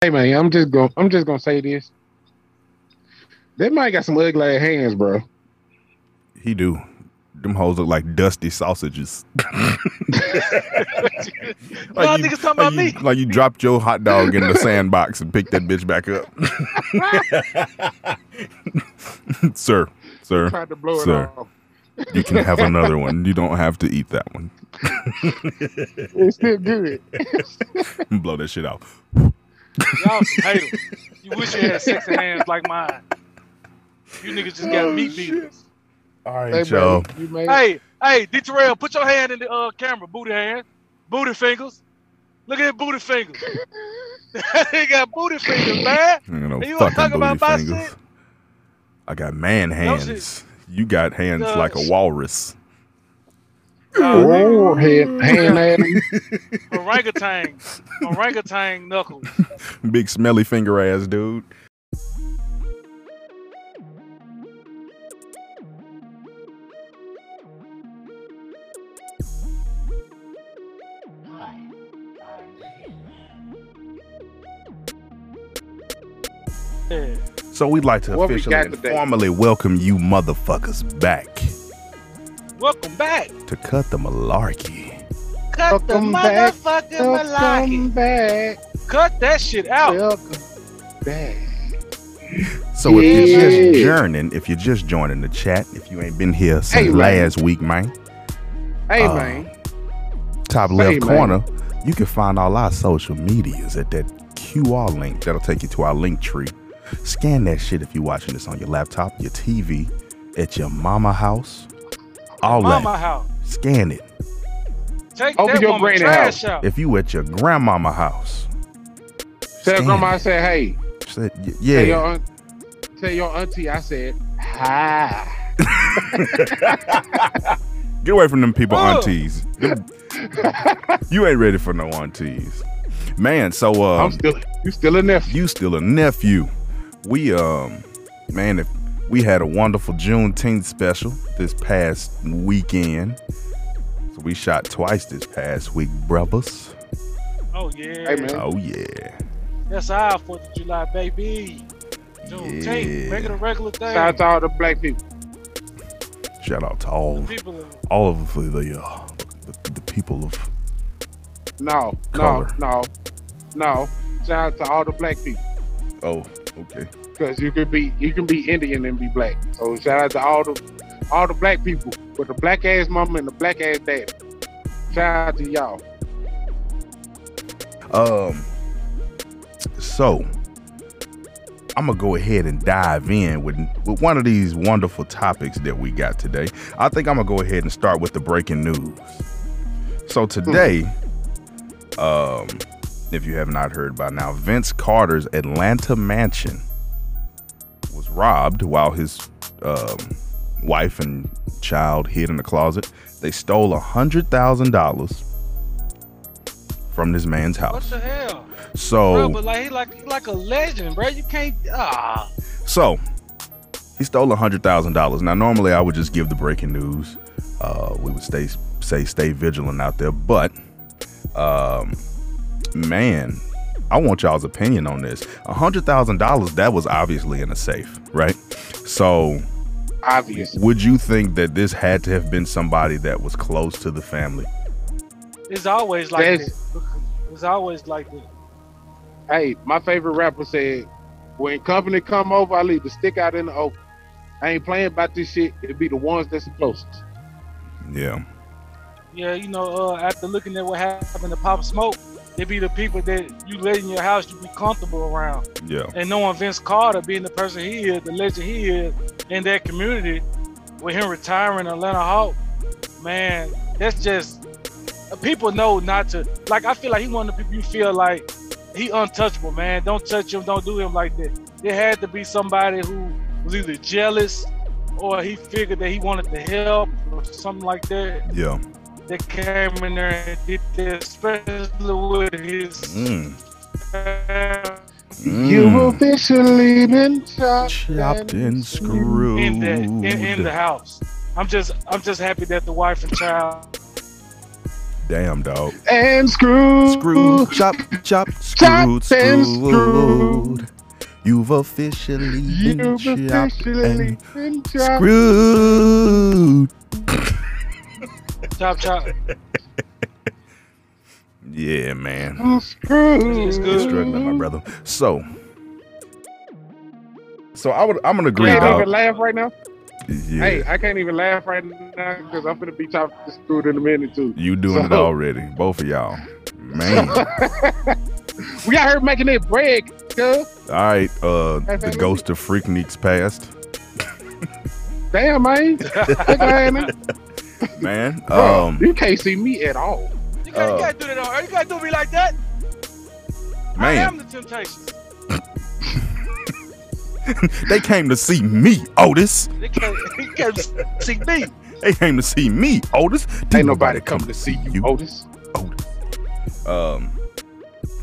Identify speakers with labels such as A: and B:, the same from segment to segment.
A: Hey man, I'm just going. I'm just gonna say this. That might got some ugly ass hands, bro.
B: He do. Them hoes look like dusty sausages.
C: Y'all niggas talking about
B: like
C: me.
B: you, like you dropped your hot dog in the sandbox and picked that bitch back up. sir, sir,
A: Tried to blow it
B: Sir.
A: off.
B: you can have another one. You don't have to eat that one.
A: It's still good.
B: Blow that shit out.
C: Y'all some haters. You wish you had sexy hands like mine. You niggas just got
A: Oh,
C: meat beaters.
B: All
A: Hey,
B: right,
A: bro,
B: y'all.
A: you made
C: Hey, hey, D. Terrell, put your hand in the uh, camera. Booty hand, booty fingers. Look at his booty fingers. he got booty fingers, man.
B: I ain't got
C: You
B: no
C: wanna talk
B: fucking
C: about
B: booty
C: my
B: fingers.
C: shit?
B: I got man
C: shit.
B: hands. You got hands
C: Uh,
B: like a walrus.
C: Uh,
A: Oh, hand, hand ass.
C: orangutan, orangutan knuckles.
B: Big smelly finger ass dude.
C: Yeah.
B: So we'd like to
A: What we
B: officially
A: got
B: and
A: today?
B: formally welcome you motherfuckers back
C: Welcome back.
B: to Cut the Malarkey.
C: Cut
A: Welcome
C: the
A: back.
C: motherfucking
A: Welcome
C: malarkey.
A: back.
C: Cut that shit out.
A: Welcome back.
B: So if you're just
A: Yeah.
B: joining, if you're just joining the chat, if you ain't been here since
A: Hey, man.
B: last week, man,
A: Hey
B: Uh,
A: man,
B: top
A: Hey,
B: left
A: man.
B: corner, you can find all our social medias at that QR link that'll take you to our link tree. Scan that shit if you're watching this on your laptop, your TV, at your mama house, all
C: Mama
B: that.
C: house.
B: Scan it.
C: Take
A: Open
C: that
A: your
C: woman
A: granny
C: trash out.
B: If you at your grandmama house,
A: tell
B: Scan
A: grandma I
B: it.
A: said hey.
B: Said- y- yeah.
A: Tell your aunt, tell your auntie I said hi.
B: Get away from them people,
C: Ugh.
B: aunties. Them- you ain't ready for no aunties. Man, so uh,
A: I'm still you still a nephew.
B: you still a nephew. We um, man, if we had a wonderful Juneteenth special this past weekend. So we shot twice this past week, brothers.
C: Oh yeah.
A: Hey, man.
B: Oh yeah,
C: That's our Fourth of July, baby. Juneteenth.
B: Yeah.
C: Make it a regular thing.
A: Shout out to all the black people.
B: shout out to all
C: People in
B: all of the the, uh, the, the people of
A: No, no,
B: Color.
A: no, no. Shout out to all the black people.
B: oh okay
A: Cause you could be you can be Indian and be black. So shout out to all the all the black people with the black ass mama and the black ass daddy. Shout out to y'all.
B: Um. So, I'm gonna go ahead and dive in with with one of these wonderful topics that we got today. I think I'm gonna go ahead and start with the breaking news. So today, um, if you have not heard by now, Vince Carter's Atlanta mansion was robbed while his um, wife and child hid in the closet. They stole a hundred thousand dollars from this man's house.
C: What the hell, bro?
B: So,
C: But like he like he like a legend, bro. You can't ah.
B: so he stole a hundred thousand dollars. Now, normally I would just give the breaking news. Uh, we would stay say stay vigilant out there, but um, man, I want y'all's opinion on this. A hundred thousand dollars that was obviously in a safe, right? So,
A: Obvious.
B: would you think that this had to have been somebody that was close to the family?
C: It's always like
A: That's-
C: that. It's always like that.
A: Hey, my favorite rapper said, When company come over, I leave the stick out in the open. I ain't playing about this shit. It'd be the ones that's the closest.
B: Yeah,
C: Yeah, you know, uh, after looking at what happened to Pop Smoke, it be the people that you let in your house you be comfortable around.
B: yeah,
C: And knowing Vince Carter being the person he is, the legend he is in that community, with him retiring Atlanta Hawk, man, that's just people know not to like. I feel like he one of the people you feel like he untouchable, man. Don't touch him. Don't do him like that. There had to be somebody who was either jealous or he figured that he wanted to help or something like that
B: yeah.
C: that came in there and did this, especially with his.
B: Mm,
C: family.
B: mm.
A: You officially been chopped,
B: chopped and screwed
C: in the in, in the house. I'm just I'm just happy that the wife and child
B: Damn, dog.
A: and screw.
B: Screwed, chop, chop,
A: Chopped
B: screwed,
A: and
B: screwed. You've officially
A: You've
B: been chopped
A: officially
B: and
A: been chopped.
B: screwed.
C: Chop chop.
B: Yeah, man.
A: and screwed.
C: It's good.
B: You're struggling, my brother. So, so I would, I'm gonna agree,
A: I can't
B: dog.
A: even laugh right now.
B: Yeah,
A: Hey, I can't even laugh right now because I'm gonna be chopped and screwed in a minute too.
B: you doing it
A: so-
B: already, both of y'all, man. All
A: We out here making that bread, cuz.
B: right, uh,
A: Hey,
B: the
A: baby.
B: ghost of Freakneeks passed,
A: Damn, man. Look at him.
B: man.
A: Bro,
B: Um,
A: you can't see me at all.
C: You gotta,
B: Oh.
C: you gotta do that on her. You gotta do me like that. I am
B: man,
C: the Temptations.
B: they came to see me, Otis.
C: They can't, they can't see me.
B: They came to see me, Otis. Didn't
A: Ain't nobody coming to see you, Otis.
B: Um,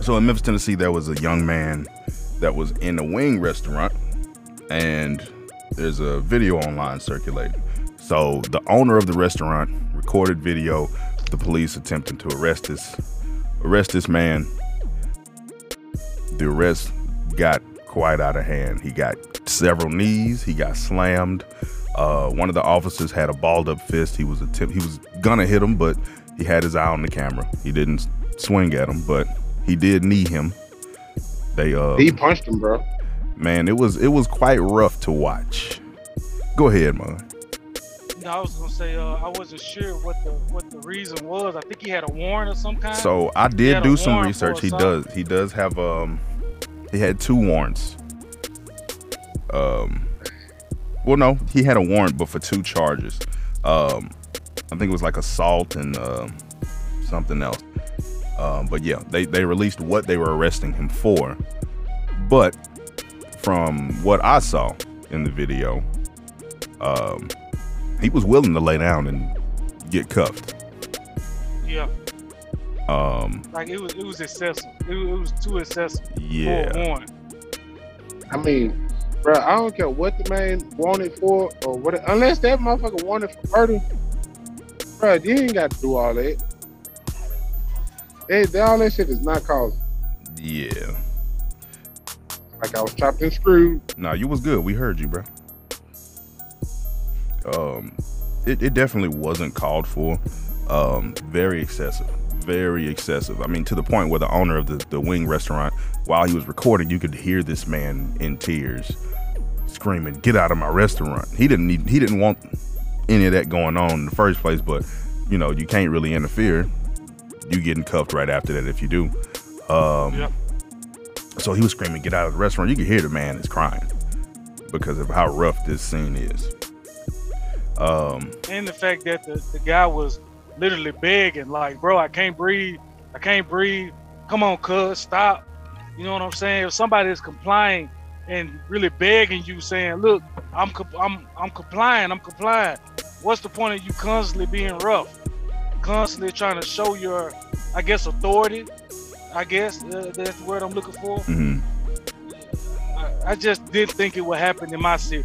B: so in Memphis, Tennessee, there was a young man that was in a wing restaurant, and there's a video online circulating. So the owner of the restaurant recorded video, of the police attempting to arrest this arrest this man. The arrest got quite out of hand. He got several knees. He got slammed. Uh, one of the officers had a balled up fist. He was attempt. He was gonna hit him, but he had his eye on the camera. He didn't swing at him, but he did knee him. They uh,
A: He punched him, bro.
B: man, it was it was quite rough to watch. Go ahead, man.
C: No, I was gonna say uh, I wasn't sure what the what the reason was. I think he had a warrant of some kind.
B: So I
C: He
B: did
C: had
B: do
C: a
B: some
C: warrant for
B: research. He
C: assault.
B: does. He does have um. He had two warrants. Um. Well, no, he had a warrant, but for two charges. Um, I think it was like assault and um something else. Um, but yeah, they they released what they were arresting him for. But from what I saw in the video, um, he was willing to lay down and get cuffed.
C: yeah,
B: Um,
C: like it was it was excessive. It, was- it was too excessive
B: yeah.
C: for a warrant.
A: I mean, bro, I don't care what the man wanted for or what, unless that motherfucker wanted for murder. Bro, you ain't got to do all that. Hey, that- all that shit is not caused.
B: Yeah.
A: Like I was chopped and screwed.
B: Nah, you was good. We heard you, bro. Um, it, it definitely wasn't called for. Um, very excessive. Very excessive. I mean, to the point where the owner of the, the wing restaurant, while he was recording, you could hear this man in tears screaming, Get out of my restaurant. He didn't need he didn't want any of that going on in the first place, but you know, you can't really interfere. You getting cuffed right after that if you do. Um
C: Yep.
B: so he was screaming, "Get out of the restaurant!" You could hear the man is crying because of how rough this scene is. Um,
C: And the fact that the, the guy was literally begging, like, bro, I can't breathe. I can't breathe. Come on, cuz, stop. You know what I'm saying? If somebody is complying and really begging you, saying, look, I'm comp- I'm I'm complying. I'm complying. What's the point of you constantly being rough? Constantly trying to show your, I guess, authority. I guess uh, that's the word I'm looking for.
B: mhm.
C: I, I just didn't think it would happen in my city.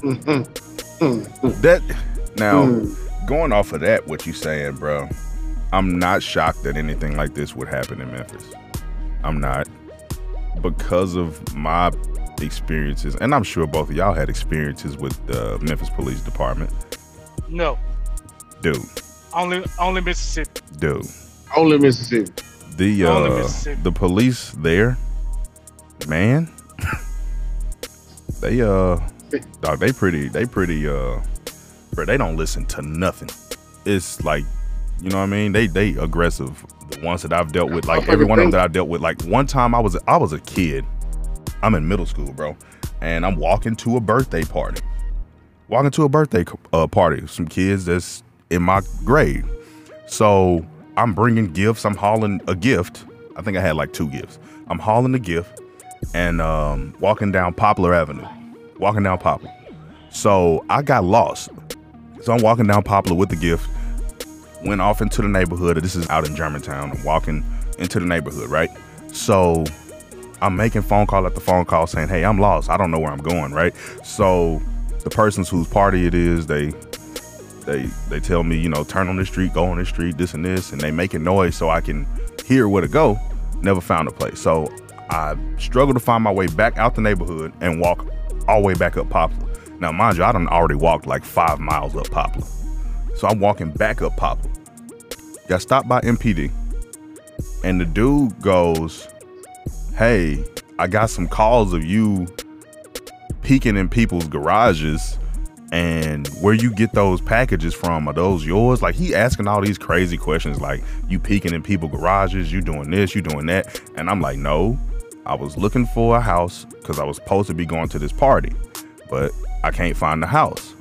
A: Mhm. Mhm.
B: That now
A: Mhm.
B: going off of that, what you saying, bro? I'm not shocked that anything like this would happen in Memphis. I'm not because of my experiences, and I'm sure both of y'all had experiences with the Memphis Police Department,
C: No,
B: dude.
C: only only Mississippi.
B: Dude,
A: Only Mississippi.
B: the
C: Only
B: uh,
C: Mississippi.
B: the police there, man, they uh, dog, they pretty, they pretty uh, bro, they don't listen to nothing. It's like, you know what I mean? They they aggressive. The ones that I've dealt with, like
A: Motherfucker
B: every one of them
A: think-
B: that I dealt with, like one time I was I was a kid, I'm in middle school, bro, and I'm walking to a birthday party, walking to a birthday co- uh, party, with some kids that's in my grade. So I'm bringing gifts. I'm hauling a gift. I think I had like two gifts. I'm hauling a gift and um, walking down Poplar Avenue. Walking down Poplar. So I got lost. So I'm walking down Poplar with the gift. Went off into the neighborhood. This is out in Germantown. I'm walking into the neighborhood, right? So I'm making phone call after phone call saying, "Hey, I'm lost. I don't know where I'm going." Right? So the persons whose party it is, they They they tell me, you know, turn on the street, go on the street, this and this, and they making noise so I can hear where to go. Never found a place. So I struggled to find my way back out the neighborhood and walk all the way back up Poplar. Now, mind you, I done already walked like five miles up Poplar. So I'm walking back up Poplar. Got stopped by MPD. And the dude goes, Hey, I got some calls of you peeking in people's garages and where you get those packages from are those yours like he asking all these crazy questions like you peeking in people garages you doing this you doing that and i'm like no i was looking for a house because i was supposed to be going to this party but i can't find the house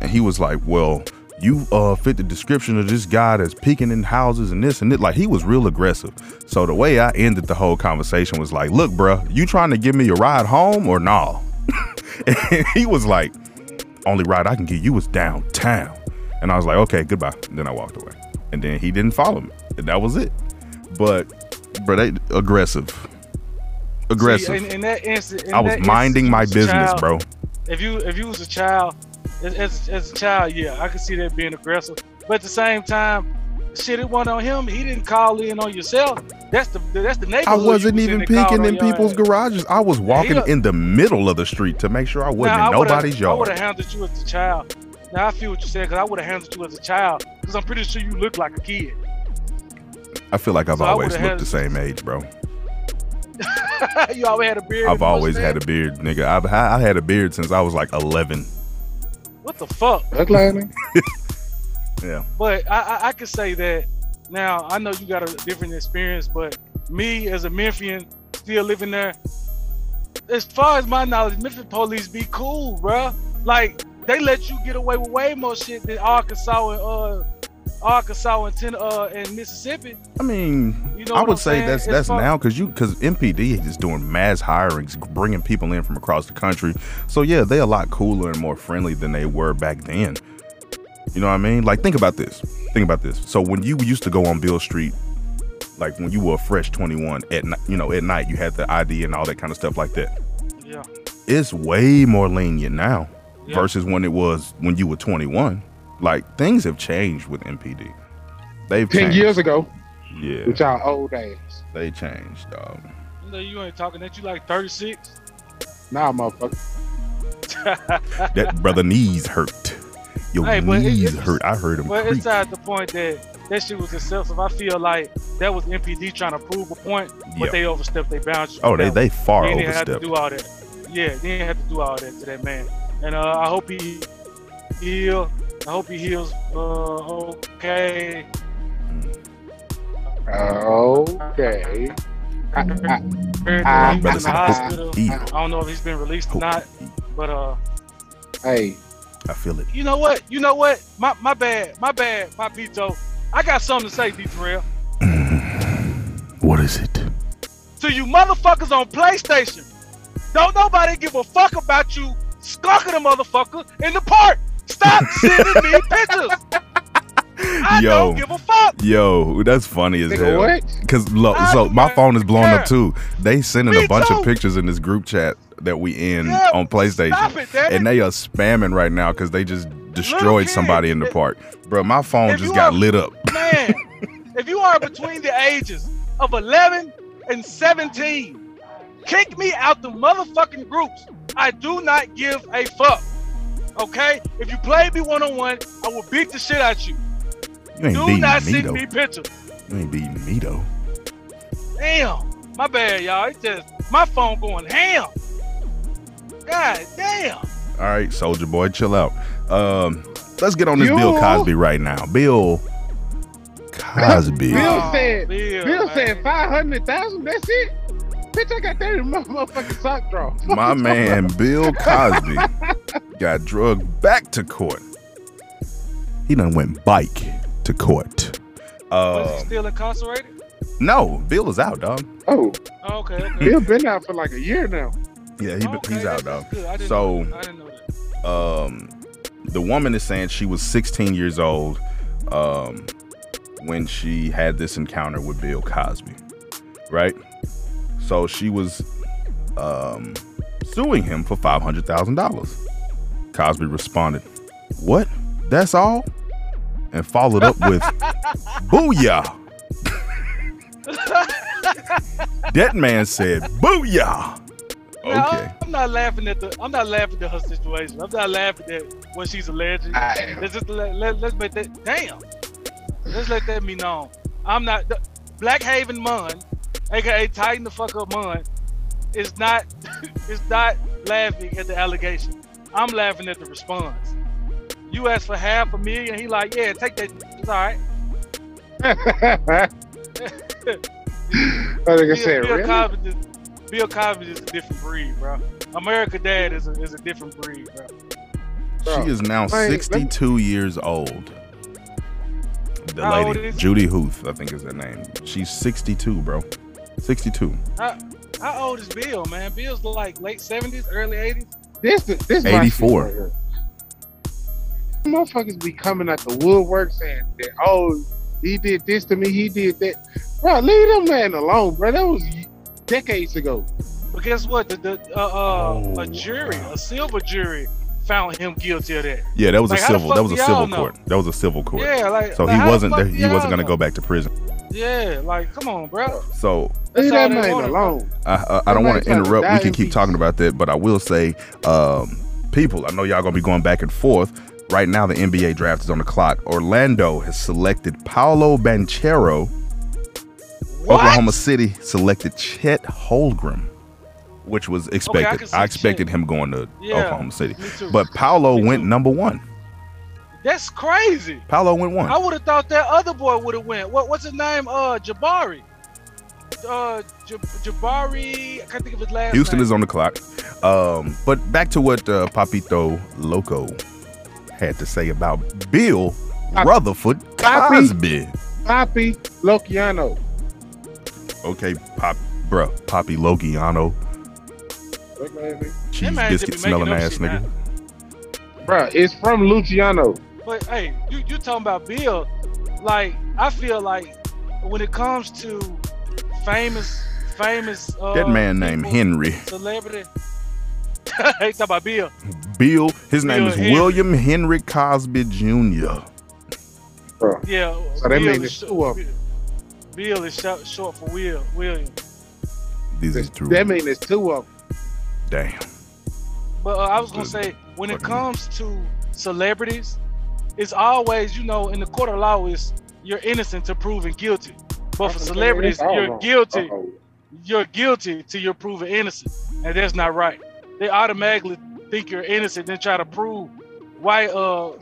B: and he was like well you uh fit the description of this guy that's peeking in houses and this and that like he was real aggressive so the way i ended the whole conversation was like look bruh you trying to give me a ride home or nah and he was like only ride I can get you is downtown. And I was like, okay, goodbye. And then I walked away. And then he didn't follow me. And that was it. But but they aggressive. Aggressive.
C: See, in, in that instant, in
B: I was
C: that
B: minding my
C: instance,
B: business,
C: child,
B: bro.
C: If you if you was a child, as, as, as a child, yeah, I could see that being aggressive. But at the same time, shit, it wasn't on him. He didn't call in on yourself. That's the that's the
B: I
C: neighborhood. you
B: wasn't
C: was
B: even
C: that called
B: peeking
C: on
B: in
C: your
B: people's
C: ass.
B: garages. I was walking
C: look-
B: in the middle of the street to make sure I wasn't
C: Now,
B: in
C: I would've-
B: nobody's
C: I would have
B: yard.
C: handled you as a child. Now I feel what you said because I would have handled you as a child because I'm pretty sure you look like a kid.
B: I feel like I've
C: So I
B: always
C: would've
B: looked
C: had-
B: the same age, bro.
C: you always had a beard.
B: I've always had a beard, nigga. I've I I had a beard since I was like 11.
C: What the fuck?
A: Look like him.
B: Yeah.
C: But I, I, I could say that now I know you got a different experience, but me as a Memphian still living there, as far as my knowledge, Memphis police be cool, bruh. Like they let you get away with way more shit than Arkansas and uh Arkansas and ten, uh and Mississippi.
B: I mean,
C: You know
B: I
C: what
B: would
C: I'm
B: say
C: saying?
B: that's
C: It's
B: that's
C: fuck-
B: now because you because MPD is doing mass hirings, bringing people in from across the country. So yeah, they a lot cooler and more friendly than they were back then. You know what I mean? Like think about this. Think about this. So when you used to go on Bill Street, like when you were a fresh twenty one at ni- you know at night, you had the ID and all that kind of stuff like that.
C: Yeah.
B: It's way more lenient now
C: Yeah.
B: versus when it was when you were twenty one. Like things have changed with MPD. They've
A: Ten
B: changed.
A: years ago,
B: Yeah,
A: with y'all old ass.
B: they changed, dog.
C: You know you ain't talking that you like 36.
A: Nah, motherfucker.
B: that brother knees hurt. Your
C: Hey, but it-
B: knees
C: it's-
B: hurt. I heard him
C: But
B: creak.
C: it's at the point that that shit was excessive. I feel like that was MPD trying to prove a point, but
B: Yeah.
C: they overstepped their boundaries.
B: oh, they they far
C: They didn't have to
B: overstepped.
C: do all that. Yeah, they didn't have to do all that to that man. And uh, I hope he heal. I hope he heals uh, okay.
A: Okay. Ah, I, I,
C: I,
A: Ah, brother
C: in the
A: said, "Hope
C: hospital.
B: he-
C: I don't know if he's been released or
B: Hope
C: not,
B: he-
C: but uh,
A: hey,
B: I feel it.
C: you know what? You know what? My my bad. My bad. My Vito. I got something to say, D. Terrell.
B: What is it?
C: to you motherfuckers on PlayStation. Don't nobody give a fuck about you skunking a motherfucker in the park. Stop sending me pictures. I
B: Yo.
C: don't give a fuck.
B: Yo, that's funny as
A: nigga,
B: hell.
A: what?
B: Cause look,
C: I
B: so
C: don't
B: my phone is blowing up
C: care.
B: too. They sending a
C: Me
B: bunch of
C: too.
B: pictures in this group chat that we in
C: Yeah,
B: on PlayStation,
C: Stop it, damn it.
B: and they are spamming right now because they just destroyed
C: kid,
B: somebody in the
C: it-
B: park. Bro, my phone
C: if
B: just
C: you
B: got
C: are-
B: lit up.
C: man, if you are between the ages of 11 and 17, kick me out the motherfucking groups. I do not give a fuck. Okay? If you play me one on one, I will beat the shit out you.
B: You ain't
C: Do not
B: beating me
C: send
B: though.
C: me pictures.
B: You ain't beating me though.
C: Damn, my bad, y'all. It just my phone going ham. God damn.
B: All right, Soldier Boy, chill out. Um, let's get on this Bill
A: You-
B: Cosby right now. Bill Cosby.
A: Bill
C: Oh,
A: said-
C: Bill,
A: Bill
C: man.
A: said 500,000. That's it? Bitch, I got that in my motherfucking sock drawer.
B: My man Bill Cosby got drugged back to court. He done went bike to court.
C: Was he
B: Um,
C: still incarcerated?
B: no, Bill is out, dog.
A: Oh,
C: Okay, okay.
A: Bill been out for like a year now.
B: Yeah, he,
C: okay,
B: he's
C: that's-
B: out, dog.
C: that's good. I didn't
B: So-
C: know, I didn't know that.
B: um, the woman is saying she was 16 years old um, when she had this encounter with Bill Cosby, right? So she was um, suing him for $500,000. Cosby responded, What? That's all? and followed up with Booyah. that man said Booyah.
C: No,
B: Okay.
C: I'm not laughing at the. I'm not laughing at her situation. I'm not laughing at what she's alleging.
A: I am.
C: Let's just let, let, let's make that damn. Let's let that be known. I'm not the, Black Haven Mun, aka Tighten the fuck up Mun, is not is not laughing at the allegation. I'm laughing at the response. You asked for half a million. He like, yeah, take that. It's all right.
A: I
C: Bill,
A: think I said,
C: Bill
A: really?
C: Cosby, just- Bill Cosby is a different breed, bro. America Dad is a, is a different breed, bro.
A: Bro,
B: She is now
A: wait, let me-
B: 62 years old. The
C: How old
B: lady,
C: is she?
B: Judy Huth, I think is her name. She's 62, bro. 62.
C: How, how old is Bill, man? Bill's like late seventies, early eighties.
A: This, this my
B: 84.
A: shit right here. Motherfuckers be coming out the woodwork saying that, oh, he did this to me, he did that. Bro, leave them man alone, bro. That was decades ago.
C: But guess what? The, the uh, uh,
B: Oh,
C: a jury,
B: wow.
C: a silver jury, found him guilty of that.
B: Yeah, that was
C: Like,
B: a
C: how the
B: civil.
C: fuck
B: That was a
C: do y'all
B: civil
C: know?
B: court. That was a civil court.
C: Yeah, like
B: So
C: like,
B: he
C: how the
B: wasn't.
C: fuck
B: that-
C: do
B: He
C: y'all
B: wasn't gonna
C: know?
B: go back to prison.
C: Yeah, like come on, bro.
B: So
C: That's
A: Leave
C: all
A: that
C: they
A: man
C: wanted.
A: alone.
B: I, I, I don't
A: Somebody
B: want to
A: trying to
B: interrupt.
A: die
B: We can
A: in
B: keep
A: peace.
B: talking about that, but I will say, um, people, I know y'all gonna be going back and forth. Right now, the NBA draft is on the clock. Orlando has selected Paolo Banchero.
C: What?
B: Oklahoma City selected Chet Holmgren, which was
C: I
B: expected.
C: can see
B: I, expected him going to
C: Yeah.
B: Oklahoma City,
C: Me too.
B: but Paolo
C: Me
B: went
C: too.
B: number one.
C: that's crazy.
B: Paolo went one.
C: I would have thought that other boy would have went. What, what's his name? Uh, Jabari. Uh, J- Jabari. I can't think of his last
B: Houston
C: name.
B: is on the clock. Um, but back to what uh, Papito Loco had to say about Bill
A: Pop-
B: Rutherford
A: Poppy.
B: Cosby.
A: Poppy Lociano.
B: Okay, Pop, bruh, Poppy Logiano,
A: What man is it?
B: cheese
C: man just be
B: biscuit smelling
C: making
B: ass
C: up shit
B: nigga.
C: now.
A: Bro, it's from Luciano.
C: But hey, you you talking about Bill? Like I feel like when it comes to famous famous uh,
B: That man named
C: people,
B: Henry.
C: celebrity. he talking about Bill.
B: Bill, his name
C: Bill
B: is
C: Henry.
B: William Henry Cosby Jr.
A: Bro,
C: Yeah. uh,
A: So that
C: Bill
A: mean
C: is
A: it's
C: short-
A: two of 'em.
C: Bill is short, short for Will William.
B: This is true.
A: that means it's two of them.
B: Damn.
C: But uh, I was gonna say when it comes to celebrities, it's always you know in the court of law is you're innocent to proven guilty. But for celebrities, you're guilty. you're guilty till you're proven innocent, and that's not right. They automatically think you're innocent, then try to prove why. Uh,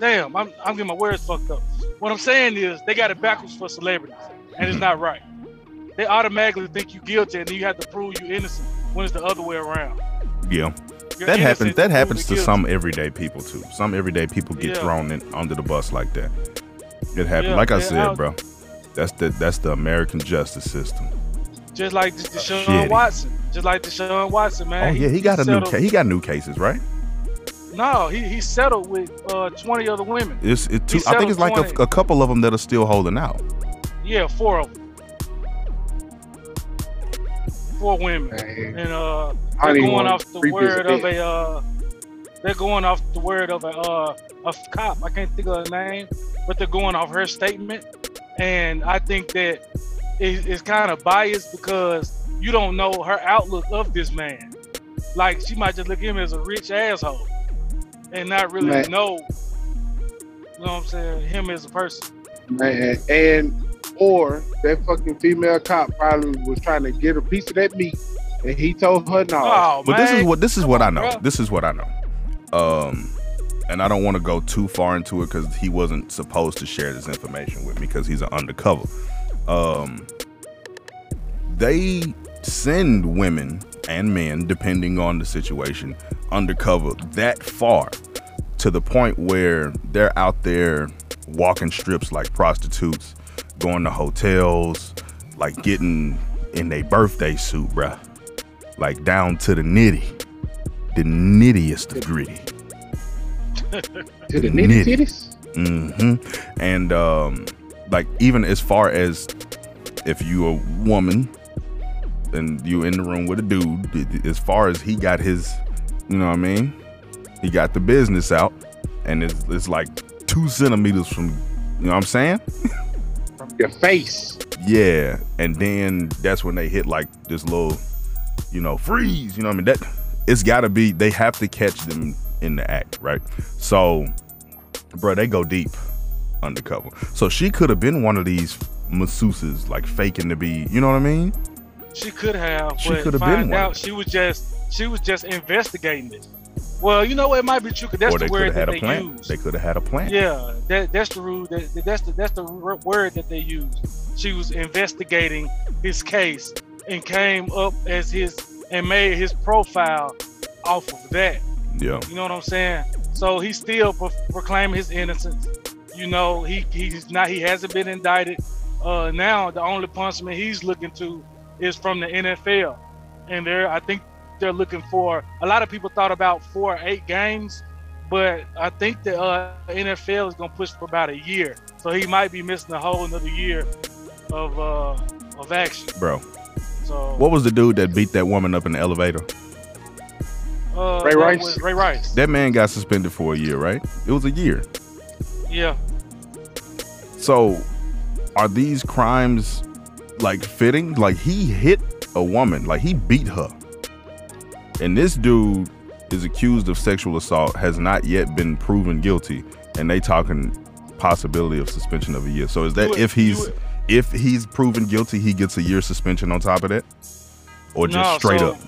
C: damn, I'm I'm getting my words fucked up. What I'm saying is they got it backwards for celebrities, and it's not right. They automatically think you guilty, and then you have to prove you innocent when it's the other way around.
B: Yeah.
C: You're
B: that happens
C: innocent
B: that
C: till
B: happens to
C: proven
B: some everyday people too some everyday people get
C: Yeah.
B: thrown in, under the bus like that it happens
C: Yeah,
B: like i
C: yeah,
B: said
C: I'll-
B: bro that's the that's the american justice system
C: guilty. just like the Deshaun
B: Shitty.
C: Watson, just like Deshaun Watson, man.
B: oh yeah he got a new
C: settled-
B: ca- he got new cases right
C: No, he he settled with uh 20 other women.
B: it's it two, i think
C: settled
B: it's like a,
C: 20.
B: a couple of them that are still holding out
C: Yeah, four of them. Four women. And uh
A: I
C: they're
A: need
C: going
A: one
C: off the word of a uh they're going off the word of a uh a cop. I can't think of her name, but they're going off her statement. And I think that it, it's kind of biased because you don't know her outlook of this man. Like she might just look at him as a rich asshole and not really
A: Man.
C: know you know what I'm saying, him as a person.
A: Man, and or that fucking female cop probably was trying to get a piece of that meat, and he told her no.
C: Oh,
B: but
C: man.
B: this is what this is what i know
C: bro.
B: this is what i know um and i don't want to go too far into it because he wasn't supposed to share this information with me because he's an undercover um they send women and men depending on the situation undercover that far to the point where they're out there walking strips like prostitutes going to hotels like getting in their birthday suit bruh like down to the nitty the nittiest of gritty
A: to the
B: nitty.
A: nitty titties.
B: hmm And um, like even as far as if you a woman and you in the room with a dude, th- th- as far as he got his, you know what I mean? He got the business out, and it's, it's like two centimeters from, you know what I'm saying?
A: From your face.
B: Yeah. And then that's when they hit like this little, you know, freeze. You know what I mean? That it's gotta be they have to catch them in the act, right? So, bro, they go deep undercover. So she could have been one of these masseuses, like faking to be, you know what I mean?
C: She could have,
B: She
C: but
B: could have been
C: find
B: one.
C: out she was just she was just investigating it. Well, you know what? It might be true because that's
B: or they
C: the
B: could
C: word
B: have had
C: that
B: a
C: they
B: plan.
C: use.
B: They could have had a plan.
C: Yeah, that, that's the rule. That, that- that's the that's the r- word that they used. She was investigating his case and came up as his and made his profile off of that.
B: Yeah.
C: You know what I'm saying? So he still pro- proclaimed his innocence. You know, he he's not he hasn't been indicted. Uh, now the only punishment he's looking to is from the NFL, and they're I think they're looking for. A lot of people thought about four or eight games, but I think the uh, NFL is gonna push for about a year, so he might be missing a whole another year of uh, of action.
B: Bro,
C: So
B: what was the dude that beat that woman up in the elevator?
C: uh,
A: Ray
C: that
A: Rice?
C: was Ray Rice.
B: That man got suspended for a year, right? It was a year.
C: Yeah.
B: So, are these crimes like fitting? Like he hit a woman, like he beat her, and this dude is accused of sexual assault, has not yet been proven guilty, and they talking possibility of suspension of a year. So is that
C: Do it.
B: if he's
C: Do it.
B: if he's proven guilty, he gets a year suspension on top of that, or just
C: No,
B: straight
C: so-
B: up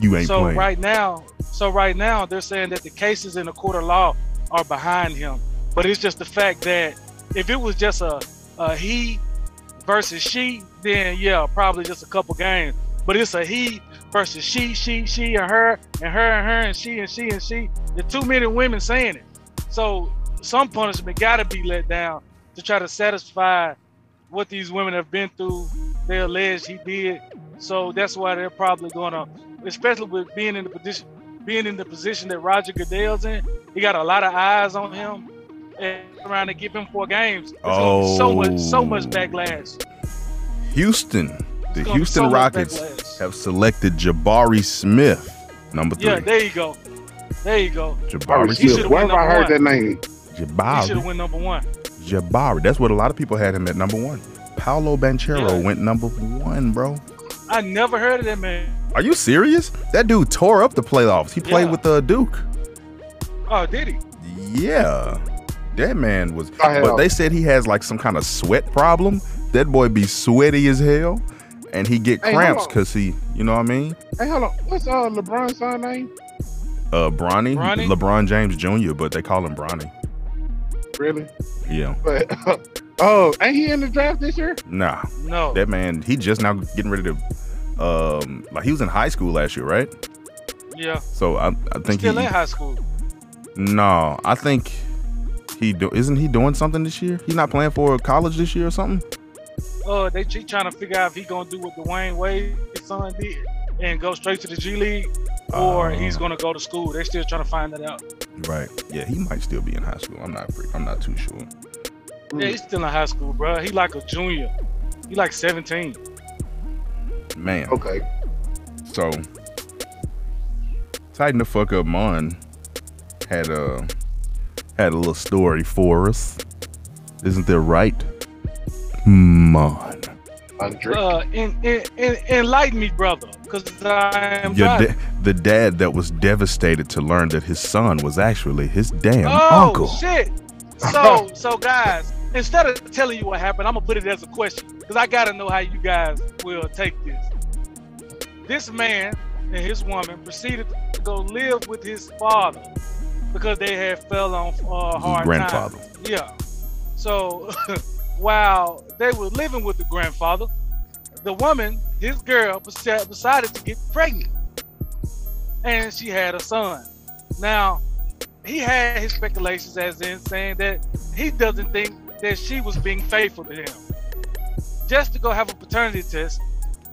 B: you ain't
C: so
B: playing?
C: right now, so right now they're saying that the cases in the court of law are behind him. But it's just the fact that if it was just a, a he versus she, then yeah, probably just a couple games. But it's a he versus she, she, she, and her, and her and her, and she and she and she. There's too many women saying it. So some punishment gotta be let down to try to satisfy what these women have been through. They allege he did. So that's why they're probably gonna especially with being in the position being in the position that Roger Goodell's in, he got a lot of eyes on him and around to give him four games. It's gonna be so much so much
B: Oh.
C: backlash.
B: Houston,
C: It's
B: the
C: gonna be
B: Houston
C: so much
B: Rockets
C: backlash.
B: have selected Jabari Smith, number three.
C: Yeah, there you go. There you go.
A: Oh,
B: Jabari
C: He
A: shit.
B: Smith.
C: should've
A: What if
C: went
A: I heard
C: number
A: that name?
C: He should
B: Jabari.
C: have went number one.
B: Jabari. That's what a lot of people had him at number one. Paolo Banchero
C: Yeah.
B: went number one, bro.
C: I never heard of that man.
B: Are you serious? That dude tore up the playoffs. He played
C: Yeah.
B: with uh, Duke.
C: Oh, did he?
B: Yeah. That man was.
A: I had-
B: But they said he has like some kind of sweat problem. That boy be sweaty as hell. And he get
A: Hey, hold
B: cramps
A: on.
B: because he, you know what I mean?
A: Hey, hold on. What's uh LeBron's son name?
B: Uh, Bronny,
C: Bronny?
B: LeBron James Jr., but they call him Bronny.
A: Really?
B: Yeah.
A: But oh, ain't he in the draft this year?
B: Nah.
C: No.
B: That man, he just now getting ready to, um, like he was in high school last year, right?
C: yeah.
B: So I, I think
C: Still
B: he,
C: in high school.
B: No, I think he do. Isn't he doing something this year? He's not playing for college this year or something.
C: Uh, they keep trying to figure out if he gonna do what Dwayne Wade's son did and go straight to the G League, or
B: Uh.
C: he's gonna go to school. They're still trying to find that out.
B: Right. Yeah, he might still be in high school. I'm not. Pre- I'm not too sure. Hmm.
C: Yeah, he's still in high school, bro. He like a junior. He like 17.
B: Man.
A: Okay.
B: So tighten the fuck up, Mon had a had a little story for us. Isn't that right, Mon?
A: Andre.
C: Uh, en- en- en- enlighten me, brother, because I am
B: Your
C: driving.
B: da- the dad that was devastated to learn that his son was actually his damn
C: oh
B: uncle.
C: shit! So, so guys, instead of telling you what happened, I'm gonna put it as a question because I gotta know how you guys will take this. This man and his woman proceeded to go live with his father because they had fell on uh,
B: His
C: hard times.
B: grandfather.
C: Yeah. So while they were living with the grandfather, the woman, his girl, bes- decided to get pregnant. And she had a son. Now, he had his speculations as in saying that he doesn't think that she was being faithful to him. Just to go have a paternity test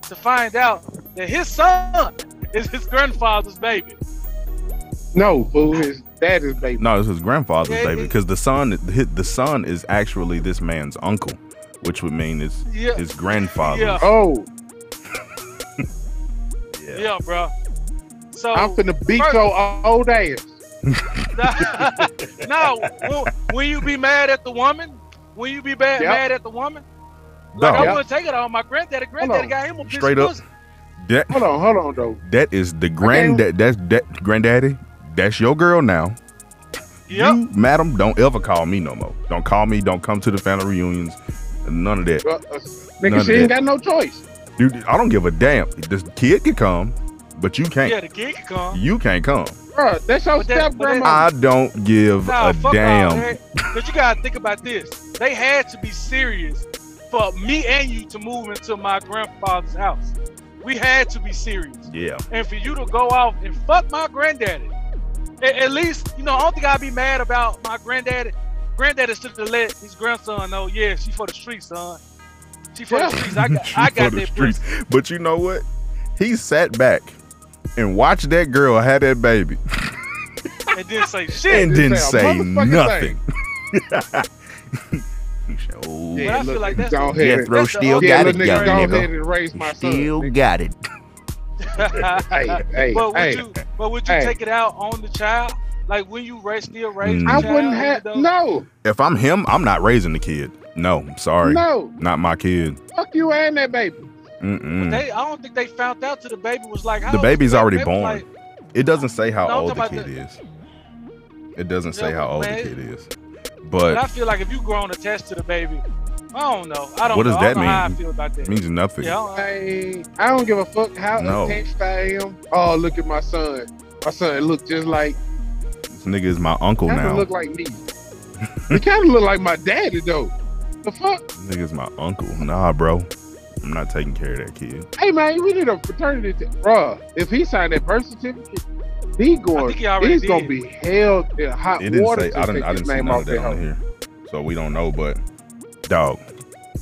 C: to find out that his son is his grandfather's baby.
A: No, fool. His dad is baby.
B: No, it's his grandfather's
C: Yeah,
B: baby
C: it-
B: because the son, hi- the son is actually this man's uncle, which would mean it's
C: Yeah.
B: his grandfather.
C: Yeah.
A: Oh,
B: Yeah.
C: Yeah, bro. So
A: I'm finna beat
C: Oh. First-
A: your old ass.
C: no, will, will you be mad at the woman? Will you be bad,
A: Yep.
C: mad at the woman?
B: No,
C: Like I
A: Yep.
C: wouldn't take it on my granddaddy.
A: Hold
C: Granddaddy
A: on.
C: got him a piece
B: Straight
C: of
B: up.
C: pussy.
B: that
A: Hold on, hold on though.
B: that is the granddad. That's that granddaddy. That's your girl now.
C: Yep.
B: You, madam, don't ever call me no more. Don't call me. Don't come to the family reunions. None of that.
A: Well, uh,
B: None
A: nigga,
B: of
A: she ain't
B: that.
A: got no choice.
B: Dude, I don't give a damn. This kid can come, but you can't.
C: Yeah, the gig come.
B: You can't come.
A: Bro, that's your
C: But that-
A: step
C: but that-
A: grandma.
B: I don't give
C: Nah,
B: a
C: fuck all
B: damn.
C: that. Cause you gotta think about this. They had to be serious for me and you to move into my grandfather's house. We had to be serious.
B: Yeah.
C: and for you to go off and fuck my granddaddy. At, at least, you know, I don't think I'd be mad about my granddaddy. Granddaddy should have let his grandson know, yeah, she for the streets, son. She for
A: Yeah.
C: the streets. I got,
B: She
C: I
B: for
C: got
B: the
C: that
B: streets.
C: pussy.
B: But you know what? He sat back and watched that girl have that baby
C: and didn't say shit.
B: and
A: didn't
B: didn't
A: say a
B: say
A: motherfucking
B: nothing. He said, "Oh,
C: I feel
A: look,
C: like that's-
A: go ahead. and-
B: Jethro
C: That's the
B: still
C: only-
A: Yeah,
B: got it,
A: little
B: young
A: nigga, go ahead
B: nigga.
A: and raise my son.
B: Still
A: nigga.
B: got it."
A: Hey, hey,
C: but would
A: hey.
C: you but would you
A: hey.
C: take it out on the child? Like when you raise still raise
B: Mm.
C: the
A: I
C: child,
A: wouldn't
C: even
A: have.
C: though-
A: No,
B: If I'm him, I'm not raising the kid. No, I'm sorry,
A: no.
B: not my kid.
A: Fuck you and that baby.
B: Mm-mm.
C: They, I don't think they found out till the baby was like how
B: The
C: old is
B: baby's
C: that?
B: already
C: Baby
B: born.
C: like-
B: It doesn't say how
C: No, I'm
B: old the
C: talking
B: kid
C: about
B: is. It doesn't say
C: Yeah,
B: how old the
C: man.
B: kid is.
C: but I
B: But
C: feel like if you grown attached to the baby, I don't know. I don't
B: What does
C: know. I
B: that
C: don't know how I
B: mean?
C: feel about that.
B: it means nothing.
C: Yeah, I don't-
A: I, I don't give a fuck how
B: No.
A: attached I am. Oh, look at my son. My son look just like
B: This nigga is my uncle
A: kind
B: now.
A: of look like me. he kind of look like my daddy though. The fuck?
B: This nigga's my uncle. Nah, bro. I'm not taking care of that kid.
A: Hey man, we need a fraternity, t- bruh. If he signed that birth certificate, he
C: I
A: going,
C: think he already
A: he's
C: did.
A: gonna be held in hot
C: Uh,
B: It didn't
A: water
B: say.
A: to
B: I didn't.
A: take
B: I
A: his
B: didn't see
A: name
B: none
A: off
B: of that
A: that
B: on
A: hoe.
B: here. So we don't know. But dog,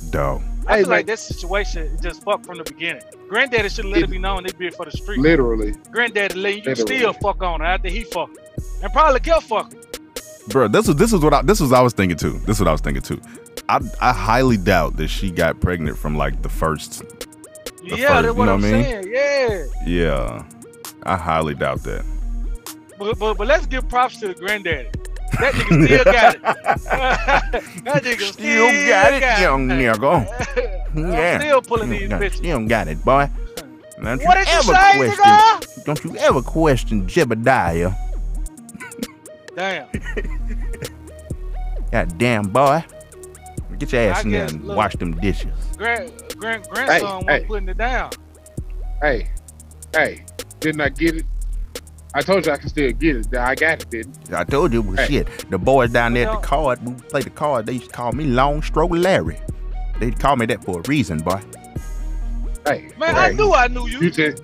B: dog.
C: I
A: Hey,
C: feel
A: man.
C: like that situation is just fucked from the beginning. Granddaddy should have let it be known they did for the street.
A: Literally,
C: Granddaddy let you
A: Literally.
C: still fuck on her after he fucked, her. and probably kept fucking.
B: bro. This was this is what I, this was I was thinking too. This is what I was thinking too. I I highly doubt that she got pregnant from like the first. The
C: yeah,
B: first,
C: that's what
B: you know
C: I'm
B: what I mean?
C: saying. Yeah,
B: Yeah, I highly doubt that.
C: but, but but let's give props to the granddaddy. That nigga still got it. that nigga still,
B: young nigga.
C: I'm
B: Yeah,
C: still pulling these bitches.
B: still got it, boy. Don't
C: What did you say, nigga?
B: Don't you ever question Jebediah?
C: Damn.
B: God damn, boy. Get your
C: ass in there guess, and look. wash
B: them dishes.
C: grand, grand grandson wasn't
A: hey.
C: putting it down.
A: hey, hey, didn't I get it? I told you I can still get it. I got it. Didn't?
B: I told you, well,
A: Hey.
B: shit. The boys down there at
C: No.
B: the card, we played the card. They used to call me Long Stroke Larry. They'd call me that for a reason, boy.
A: I? Hey,
C: Man, I
A: hey,
C: knew I knew you.
A: you just,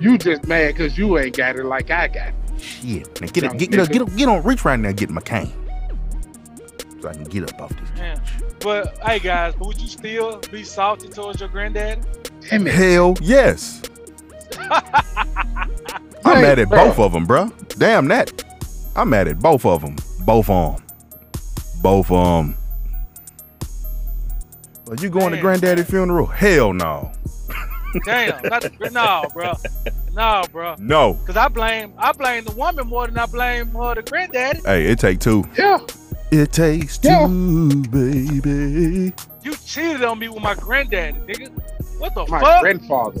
A: you just mad because you ain't got it like I got. It.
B: Shit. Now get up,
A: Young
B: get, get, up,
A: nigga.
B: get, up, get on reach right now and get my cane. So I can get up off this
C: Yeah.
B: couch.
C: But hey, guys, but would you still be salty towards your granddad?
A: Damn it.
B: Hell yes. I'm
A: Hey,
B: mad at
A: bro.
B: both of them, bruh. Damn that. I'm mad at both of them. Both of them. Both of them. Are you going to
C: Man.
B: granddaddy funeral? Hell no.
C: Damn, not the, no, bro, no, bro.
B: No.
C: Cause I blame I blame the woman more than I blame uh, the granddaddy.
B: Hey, it take two.
A: Yeah.
B: It takes two,
A: Yeah.
B: baby.
C: You cheated on me with my granddaddy, nigga. What the
A: my
C: fuck?
A: grandfather.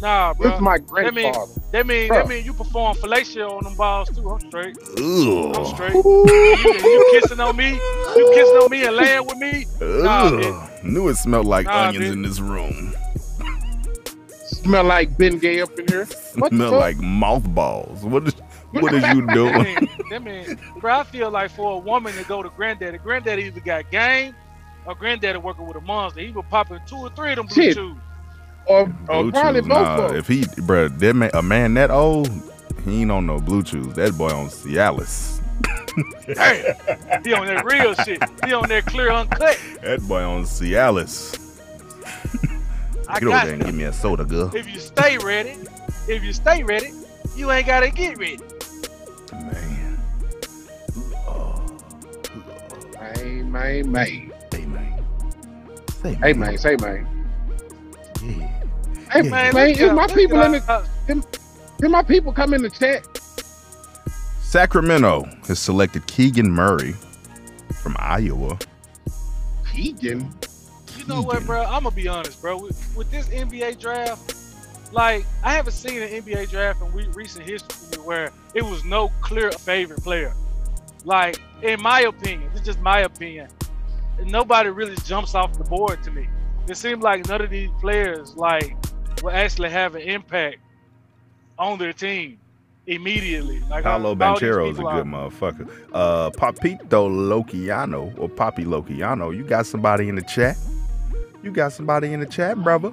C: nah,
A: This
C: bro.
A: is my
C: That mean-
A: grandfather.
C: That mean that
A: Bruh.
C: mean you perform fellatio on them balls too. I'm straight. I'm
B: Ugh.
C: straight. you, you kissing on me? You kissing on me and laying with me? Nah,
B: Ugh. Knew it smelled like
C: Nah,
B: onions
C: bitch.
B: in this room.
A: Smell like Ben Gay up in here. What the
B: Smelled
A: fuck?
B: like mothballs. What is what is you
C: That
B: doing?
C: mean, that mean, bro, I feel like for a woman to go to granddaddy, granddaddy either got game or granddaddy working with a monster. He was popping two or three of them blue
A: Shit.
C: chews.
A: Or, or
B: Blue
A: Oh, probably
B: chews,
A: both
B: nah,
A: of them.
B: If he, bro, that man, a man that old, he ain't on no blue chews. That boy on Cialis.
C: Damn. He on that real shit. He on that clear uncut.
B: That boy on Cialis.
C: I
B: Get over
C: got
B: there and
C: you.
B: give me a soda, girl.
C: If you stay ready, if you stay ready, you ain't gotta get ready.
B: Man. Oh.
A: Man, man, man.
B: Hey, man. Say,
A: Hey, man, say man.
B: Yeah.
A: Hey,
B: Yeah.
A: man,
C: look
A: is
C: at-
A: my
C: look
A: people
C: at Uh,
A: in the,
C: us.
A: did my people come in the chat?
B: Sacramento has selected Keegan Murray from Iowa.
A: Keegan.
C: You know what,
B: Keegan.
C: bro? I'm gonna be honest, bro. With, with this NBA draft, like I haven't seen an NBA draft in we, recent history where it was no clear favorite player. Like in my opinion, it's just my opinion. Nobody really jumps off the board to me. It seemed like none of these players like will actually have an impact on their team immediately. Like
B: Paolo
C: all these
B: Banchero is a
C: people
B: good
C: are-
B: motherfucker. Uh, Papito Lociano or Poppy Lociano, you got somebody in the chat? You got somebody in the chat, brother?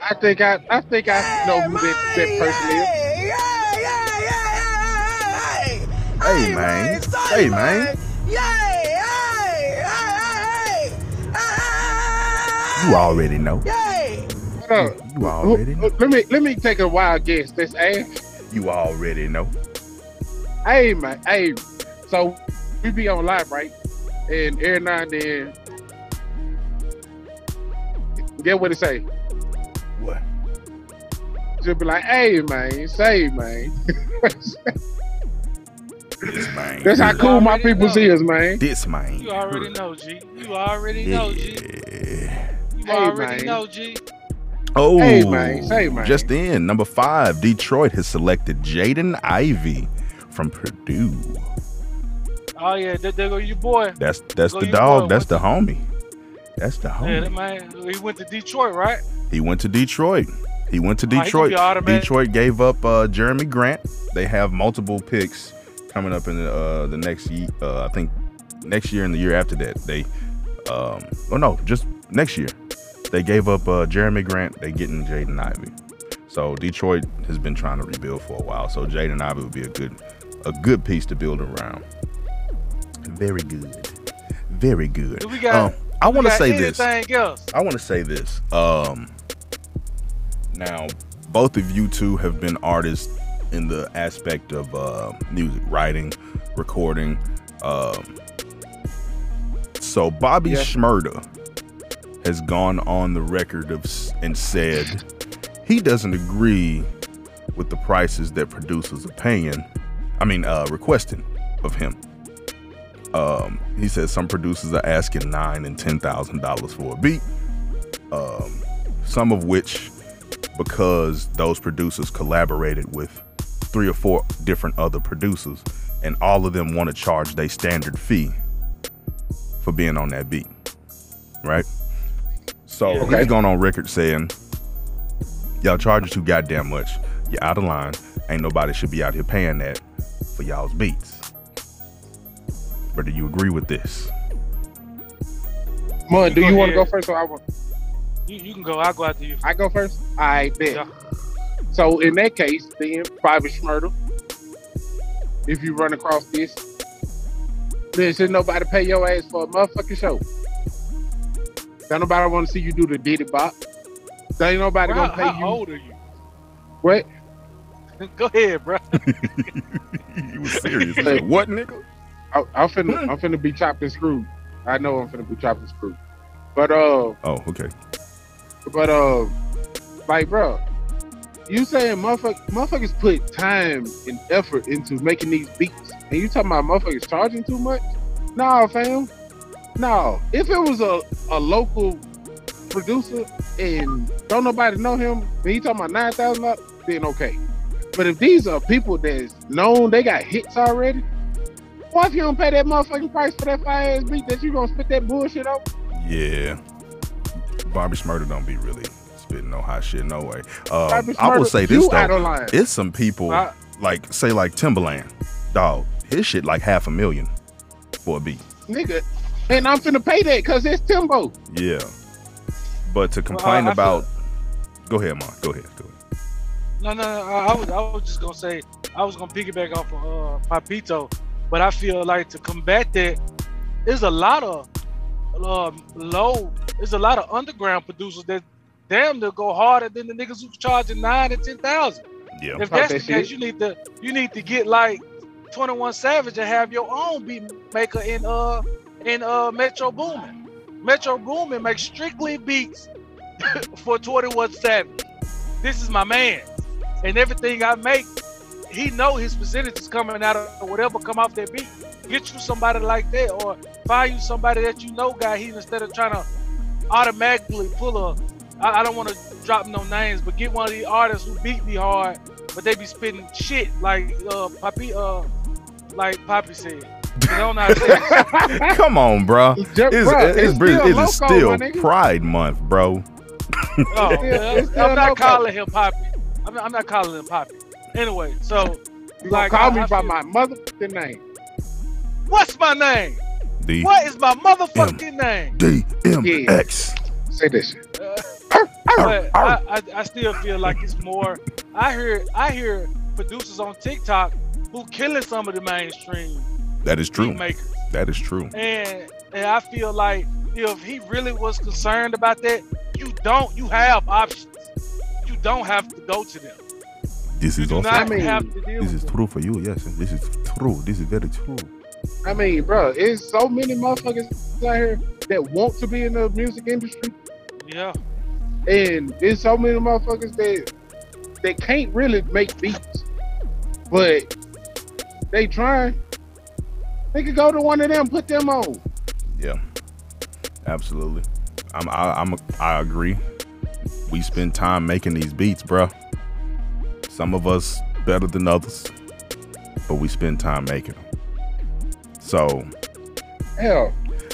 A: I think I I think I know who that, that person is.
D: Hey,
B: Hey, man.
D: hey, man.
B: Hey,
D: Hey,
B: man.
D: man. Yay, hey, hey, hey, hey, hey.
B: You already know.
D: Yay.
A: Hold up.
B: You
A: Who-
B: already know.
A: Let me let me take a wild guess. That's Ash.
B: You already know.
A: Hey man, hey. So we be on live, right? And every now and then, get what it say.
B: What?
A: Just be like, hey man, say man.
B: This man.
A: That's how cool my
C: already
A: people
C: know.
A: is, man.
B: This man.
C: You already know, G. You already know, G.
B: Yeah.
C: You
A: Hey,
C: already
A: man.
C: know, G.
B: Oh,
A: Hey, man. Hey, man.
B: just in number five, Detroit has selected Jaden Ivy from Purdue.
C: Oh yeah, there, there go your boy.
B: That's that's
C: Go
B: the
C: you
B: dog.
C: go.
B: That's the homie. That's the
C: Yeah,
B: homie.
C: that man. He went to Detroit, right?
B: He went to Detroit. He went to
C: Oh, he could
B: Detroit.
C: be automatic.
B: Detroit gave up uh, Jeremy Grant. They have multiple picks coming up in the, uh, the next year. Uh, I think next year and the year after that. They, um, oh no, just next year. They gave up uh, Jeremy Grant. They getting Jaden Ivey. So Detroit has been trying to rebuild for a while. So Jaden Ivey would be a good, a good piece to build around. Very good. Very good.
C: Do we got-
B: Um, I want to
C: Got
B: say this.
C: Anything else?
B: I want to say this. Um, now, both of you two have been artists in the aspect of uh, music, writing, recording. Um, so Bobby
A: Yeah.
B: Schmurda has gone on the record of s- and said he doesn't agree with the prices that producers are paying. I mean, uh, requesting of him. Um, he says some producers are asking nine and ten thousand dollars for a beat. Um, some of which, because those producers collaborated with three or four different other producers, and all of them want to charge their standard fee for being on that beat, right? So
C: Yeah.
B: he's
A: Okay.
B: going on record saying, "Y'all charging too goddamn much. You're out of line. Ain't nobody should be out here paying that for y'all's beats." Or do you agree with this?
A: Mon, do
C: Go
A: you want to go
C: ahead.
A: first or I want?
C: You, you can go. I'll go after you.
A: I go first. I bet.
C: Yeah.
A: So in that case, then private Schmurder, if you run across this, then should nobody pay your ass for a motherfucking show. Don't nobody want to see you do the Diddy Bop. There ain't nobody
C: Bro,
A: gonna pay
C: how
A: you.
C: old are you?
A: What?
C: go ahead, bro.
B: you was serious.
A: Hey.
B: what, nigga?
A: I, I'm finna, I'm finna be chopped and screwed. I know I'm finna be chopped and screwed. But uh,
B: Oh, okay.
A: but uh, like, bro, you saying motherfuck motherfuckers put time and effort into making these beats, and you talking about motherfuckers charging too much? Nah, fam. No, if it was a, a local producer and don't nobody know him, and he talking about nine thousand up, then okay. But if these are people that's known, they got hits already. Why if you don't pay that motherfucking price for that fire ass beat that you gonna spit that bullshit on?
B: Yeah. Bobby Smurda don't be really spitting no hot shit, no way. Um,
A: Bobby
B: I will
A: Smurda,
B: say
A: you
B: this
A: out
B: though,
A: of line.
B: it's some people
C: I-
B: like say like Timberland, dog. His shit like half a million for a beat.
A: nigga. And I'm finna pay that because it's Timbo.
B: Yeah. But to complain
C: I feel-
B: about, go ahead, Mon. Go ahead. Go ahead.
C: No, no, no. I, I was, I was just gonna say I was gonna piggyback off of uh, Papito, but I feel like to combat that, there's a lot of um, low, there's a lot of underground producers that damn they'll go harder than the niggas who's charging nine and ten thousand.
B: Yeah.
C: If that's
A: that
C: the case,
A: shit.
C: you need to you need to get like Twenty One Savage and have your own beat maker in uh in uh Metro Boomin. Metro Boomin makes strictly beats for Twenty One Savage. This is my man, and everything I make he know his percentage is coming out of whatever come off that beat. Get you somebody like that, or find you somebody that you know got heat instead of trying to automatically pull a. I, I don't want to drop no names, but get one of these artists who beat me hard, but they be spitting shit like uh, Poppy, uh, like Poppy said. You know what I'm saying?
B: Come on, bro.
A: It's,
B: It's, it's, it's, br- it
A: loco,
B: is
A: my
B: still
A: nigga.
B: Pride Month, bro.
C: Oh,
A: It's still- it's still
C: I'm
A: no problem.
C: not calling him Poppy. I'm not, I'm not calling him Poppy. Anyway, so
A: You gonna
C: like,
A: call
C: I-
A: me
C: I
A: by
C: feel-
A: my motherfucking name?
C: what's my name?
B: D
C: What is my motherfucking name?
B: D M X.
A: Say this shit.
C: Uh,
B: Arr,
C: but
B: arr.
C: I, I, I still feel like it's more. I hear I hear producers on TikTok who killing some of the mainstream
B: That is
C: beat
B: true.
C: makers,
B: That is true.
C: and and I feel like if he really was concerned about that, you don't you have options. You don't have to go to them.
B: This
C: You
B: is
C: do
B: also
C: not
A: I mean,
C: have to deal
B: this
C: with
B: is
C: them.
B: true for you. Yes, this is true. This is very true.
A: I mean, bro, it's so many motherfuckers out here that want to be in the music industry,
C: Yeah,
A: and there's so many motherfuckers that they can't really make beats, but they trying. They could go to one of them, put them on.
B: Yeah, absolutely. I'm I, I'm I agree. We spend time making these beats, bruh. Some of us better than others, but we spend time making them. So
A: Hell,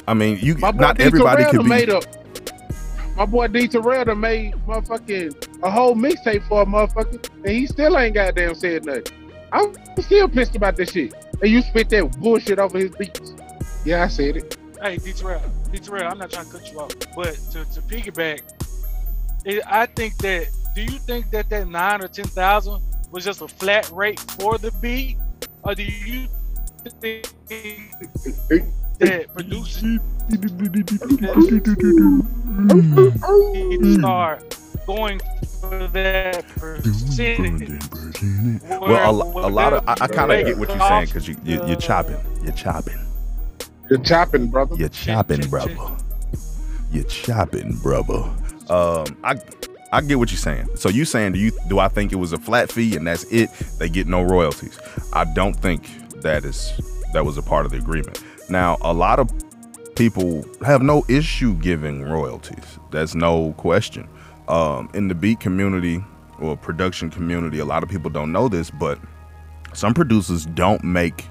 B: I mean, you
A: my boy
B: not
A: D.
B: everybody
A: Terrell
B: can
A: done
B: be.
A: made up. My boy D. Terrell done made motherfucking a whole mixtape for a motherfucker, and he still ain't goddamn said nothing. I'm still pissed about this shit. And you spit that bullshit over his beats. Yeah, I said it.
C: Hey, D-Terrell, D-Terrell, I'm not trying to cut you off, but to, to piggyback, it, I think that, do you think that that nine or 10,000 was just a flat rate for the beat? Or do you think that producers need to start going for that percentage?
B: Well, a, lo- a lot of I, I kind
A: Yeah.
B: of get what you're saying because you, you you're chopping, you're chopping,
A: You're chopping, brother.
B: you're chopping,
C: check,
B: brother, you're chopping, brother. Um, I I get what you're saying. So you saying do you do I think it was a flat fee and that's it? They get no royalties. I don't think that is that was a part of the agreement. Now a lot of people have no issue giving royalties. That's no question. Um, in the beat community or production community, a lot of people don't know this, but some producers don't make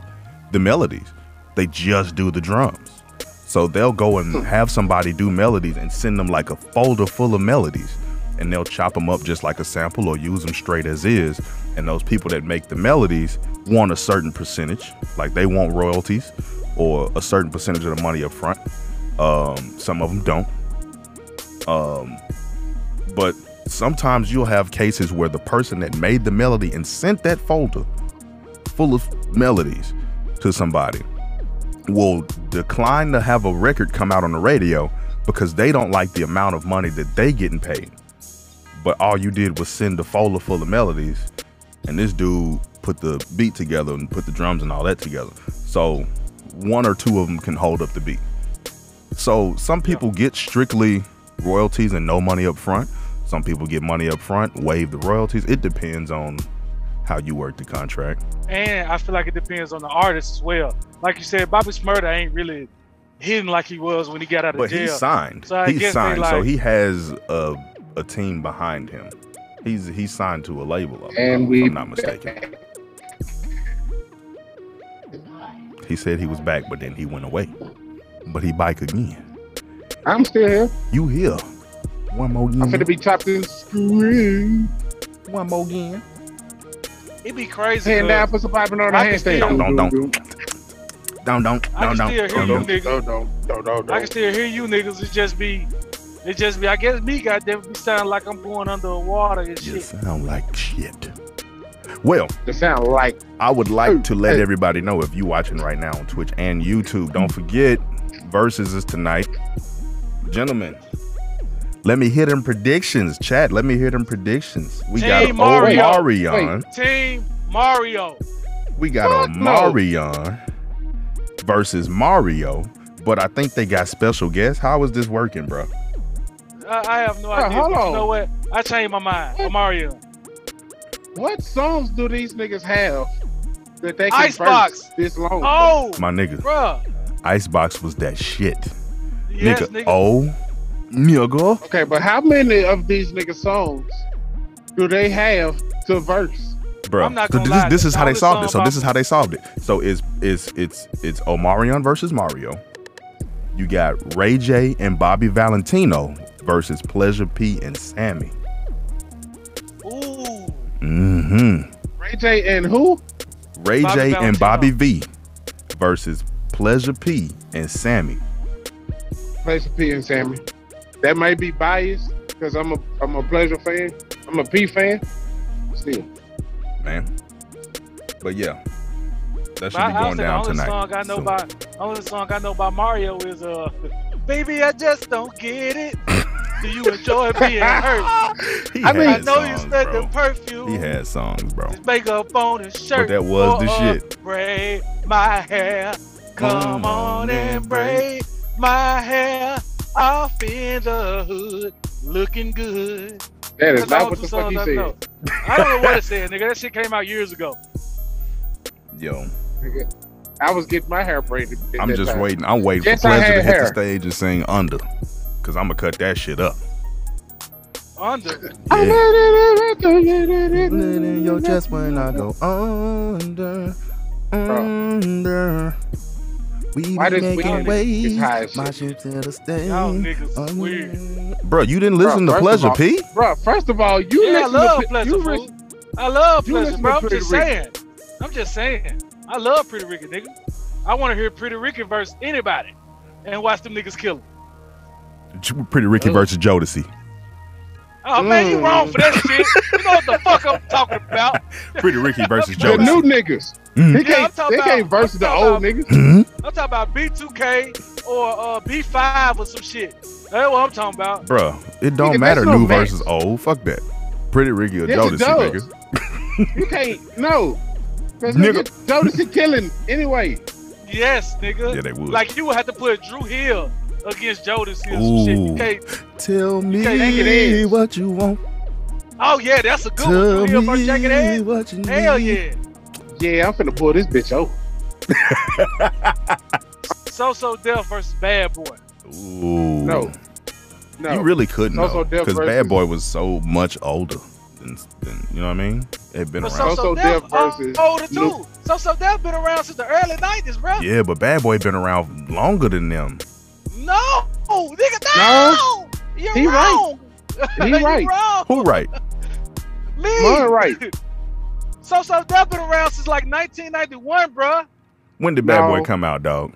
B: the melodies. They just do the drums. So they'll go and have somebody do melodies and send them like a folder full of melodies. And they'll chop them up just like a sample or use them straight as is. And those people that make the melodies want a certain percentage, like they want royalties or a certain percentage of the money up front. Um, some of them don't. Um, but sometimes you'll have cases where the person that made the melody and sent that folder full of melodies to somebody will decline to have a record come out on the radio because they don't like the amount of money that they getting paid. But all you did was send a folder full of melodies, and this dude put the beat together and put the drums and all that together. So one or two of them can hold up the beat. So some people get strictly royalties and no money up front. Some people get money up front, waive the royalties. It depends on how you work the contract.
C: And I feel like it depends on the artist as well. Like you said, Bobby Smurda ain't really hidden like he was when he got out of
B: But
C: jail.
B: he's signed.
C: So I
B: he's
C: guess they
B: signed. so
C: like-
B: he has a a team behind him. He's he's signed to a label. Up,
A: And
B: if
A: we
B: I'm not mistaken. He said he was back, but then he went away. But he bike again.
A: I'm still here.
B: You here? One more
A: I'm finna
B: game.
A: be chopped in screen.
B: One more game.
C: It'd be crazy.
A: Hand
C: 'cause-
A: down for surviving on a
C: I can
A: handstand.
C: still-
B: Don't, don't, Don't don't don't
C: I can
B: don't.
C: still hear you
B: don't,
C: niggas.
A: Don't, don't, don't, don't,
C: I can
A: don't.
C: still hear you niggas. It just be, it just be. I guess me, goddamn, be sound like I'm going underwater and
B: You
C: shit.
B: sound like shit. Well,
A: It sound like
B: I would
A: Hey,
B: like to let
A: hey.
B: everybody know if you watching right now on Twitch and YouTube. Don't forget, versus is tonight. Gentlemen, let me hear them predictions. Chat, let me hear them predictions. We got
C: Hey,
B: an
C: Mario.
B: Omarion.
C: Team Mario.
B: We got
A: Fuck
B: a
A: no.
B: Marion versus Mario, but I think they got special guests. How is this working, bro?
C: I, I have no
A: Bruh,
C: idea.
A: hold
C: You
A: on.
C: know what? I changed my mind.
A: What?
C: Mario.
A: What songs do these niggas have that they can
C: Icebox.
A: burst this long?
C: Oh,
B: My nigga,
C: bruh.
B: Icebox was that shit.
C: Yes,
B: nigga,
C: nigga.
B: oh, nigga.
A: Okay, but how many of these niggas songs do they have to verse?
B: bro.
C: I'm not
B: so
C: gonna
B: this,
C: lie,
B: this is
C: the
B: how they
C: only
B: solved it.
C: song
B: So this
C: about-
B: is how they solved it. So it's it's it's it's Omarion versus Mario. You got Ray J and Bobby Valentino versus Pleasure P and Sammy. oh.
C: Ooh.
B: Mm-hmm.
A: Ray J and who?
B: Ray
C: Bobby
B: J and
C: Valentino.
B: Bobby V versus Pleasure P and Sammy.
A: Pleasure P and Sammy. That might be biased because I'm a I'm a pleasure fan. I'm a P fan. Still,
B: Man. But yeah. That should
C: I,
B: be
C: I
B: going
C: said the
B: down
C: only
B: tonight.
C: song I know
B: soon.
C: by only song I know by Mario is uh Baby I just don't get it. Do you enjoy being hurt?
B: He
C: I mean I
B: had
C: know you
B: songs,
C: said
B: bro.
C: the perfume.
B: He had songs, bro.
C: His makeup on his shirt.
B: that was the shit.
C: Braid my hair. Come on
B: Mm-hmm.
C: and braid my hair off in the hood. Looking good.
A: that is
C: That's all
A: not what the
C: two
A: fuck
C: songs
A: he
C: I
A: said.
C: know. I don't know what it said, nigga. That shit came out years ago.
B: Yo.
A: nigga. I was getting my hair braided. at
B: I'm
A: that
B: just
A: time.
B: waiting. I'm waiting
A: Yes,
B: for
A: I
B: Pleasure to
A: had
B: hit
A: hair.
B: the stage and sing under. Cause I'ma cut that shit up.
C: Under.
B: Yeah.
A: Your
B: when I go under, under. We
A: Why be this making weekend is waves, high as my
B: ship to the stage.
C: Y'all niggas weird.
B: Bro, you didn't listen
A: Bro,
B: to
A: first of
B: Pleasure
A: all-
B: P.
A: Bro, first of all, you
C: yeah, I
A: listen
C: love
A: to
C: Pleasure.
A: you
C: fool.
A: listen-
C: I love
A: you
C: Pleasure,
A: listen
C: bro.
A: to
C: I'm
A: Pretty
C: just
A: Ricky.
C: saying. I'm just saying. I love Pretty Ricky, nigga. I want to hear Pretty Ricky versus anybody and watch them niggas kill him.
B: J- Pretty Ricky versus Jodeci.
C: Oh, man, you
A: Mm.
C: wrong for that shit. You know what the fuck I'm talking about.
B: Pretty Ricky versus
A: the new
B: Jodeci.
A: niggas.
B: Mm.
A: They
C: Yeah, I'm
A: can't,
C: talking
A: they can't
C: about-
A: verse the
C: I'm
A: old
C: talking
A: niggas.
B: Hmm?
C: I'm talking about B2K or uh, B5 or some shit. That's what I'm talking about.
B: Bruh, it don't
A: Nigga,
B: matter
A: that's no
B: new
A: match.
B: versus old. Fuck that. Pretty Ricky or
A: Yes, it
B: Jodeci, nigga.
A: does. You can't, no. Because
B: Nigga.
A: nigga, Jodeci killing anyway.
C: Yes, nigga.
B: Yeah, they would.
C: Like, you would have to put Drew Hill against Jodeci or some
B: Ooh.
C: shit. You can't
B: Tell
C: can't think it
B: me
C: is.
B: what you want.
C: Oh yeah, that's a good
B: Tell
C: one. Three of our jacket
B: me
C: ass.
B: what you need.
C: Hell yeah.
A: Yeah, I'm finna pull this bitch over.
C: So so Def versus Bad Boy.
B: Ooh.
A: No, No.
B: You really couldn't
A: It's also Def
B: because
A: versus-
B: Bad Boy was so much older than, than you know what I mean. It had been
C: But
B: around.
C: so
A: So-So
C: so Def
A: Def versus
C: older too.
A: Luke.
C: So so Def been around since the early nineties, bro.
B: yeah, but Bad Boy been around longer than them.
C: No, nigga, no.
A: No.
C: You're
A: He right.
C: wrong.
A: He
C: You're
A: right.
C: wrong.
B: Who right?
C: Me.
A: Mine right.
C: So so Def been around since like 1991, bro.
B: When did Bad
A: No.
B: Boy come out, dog?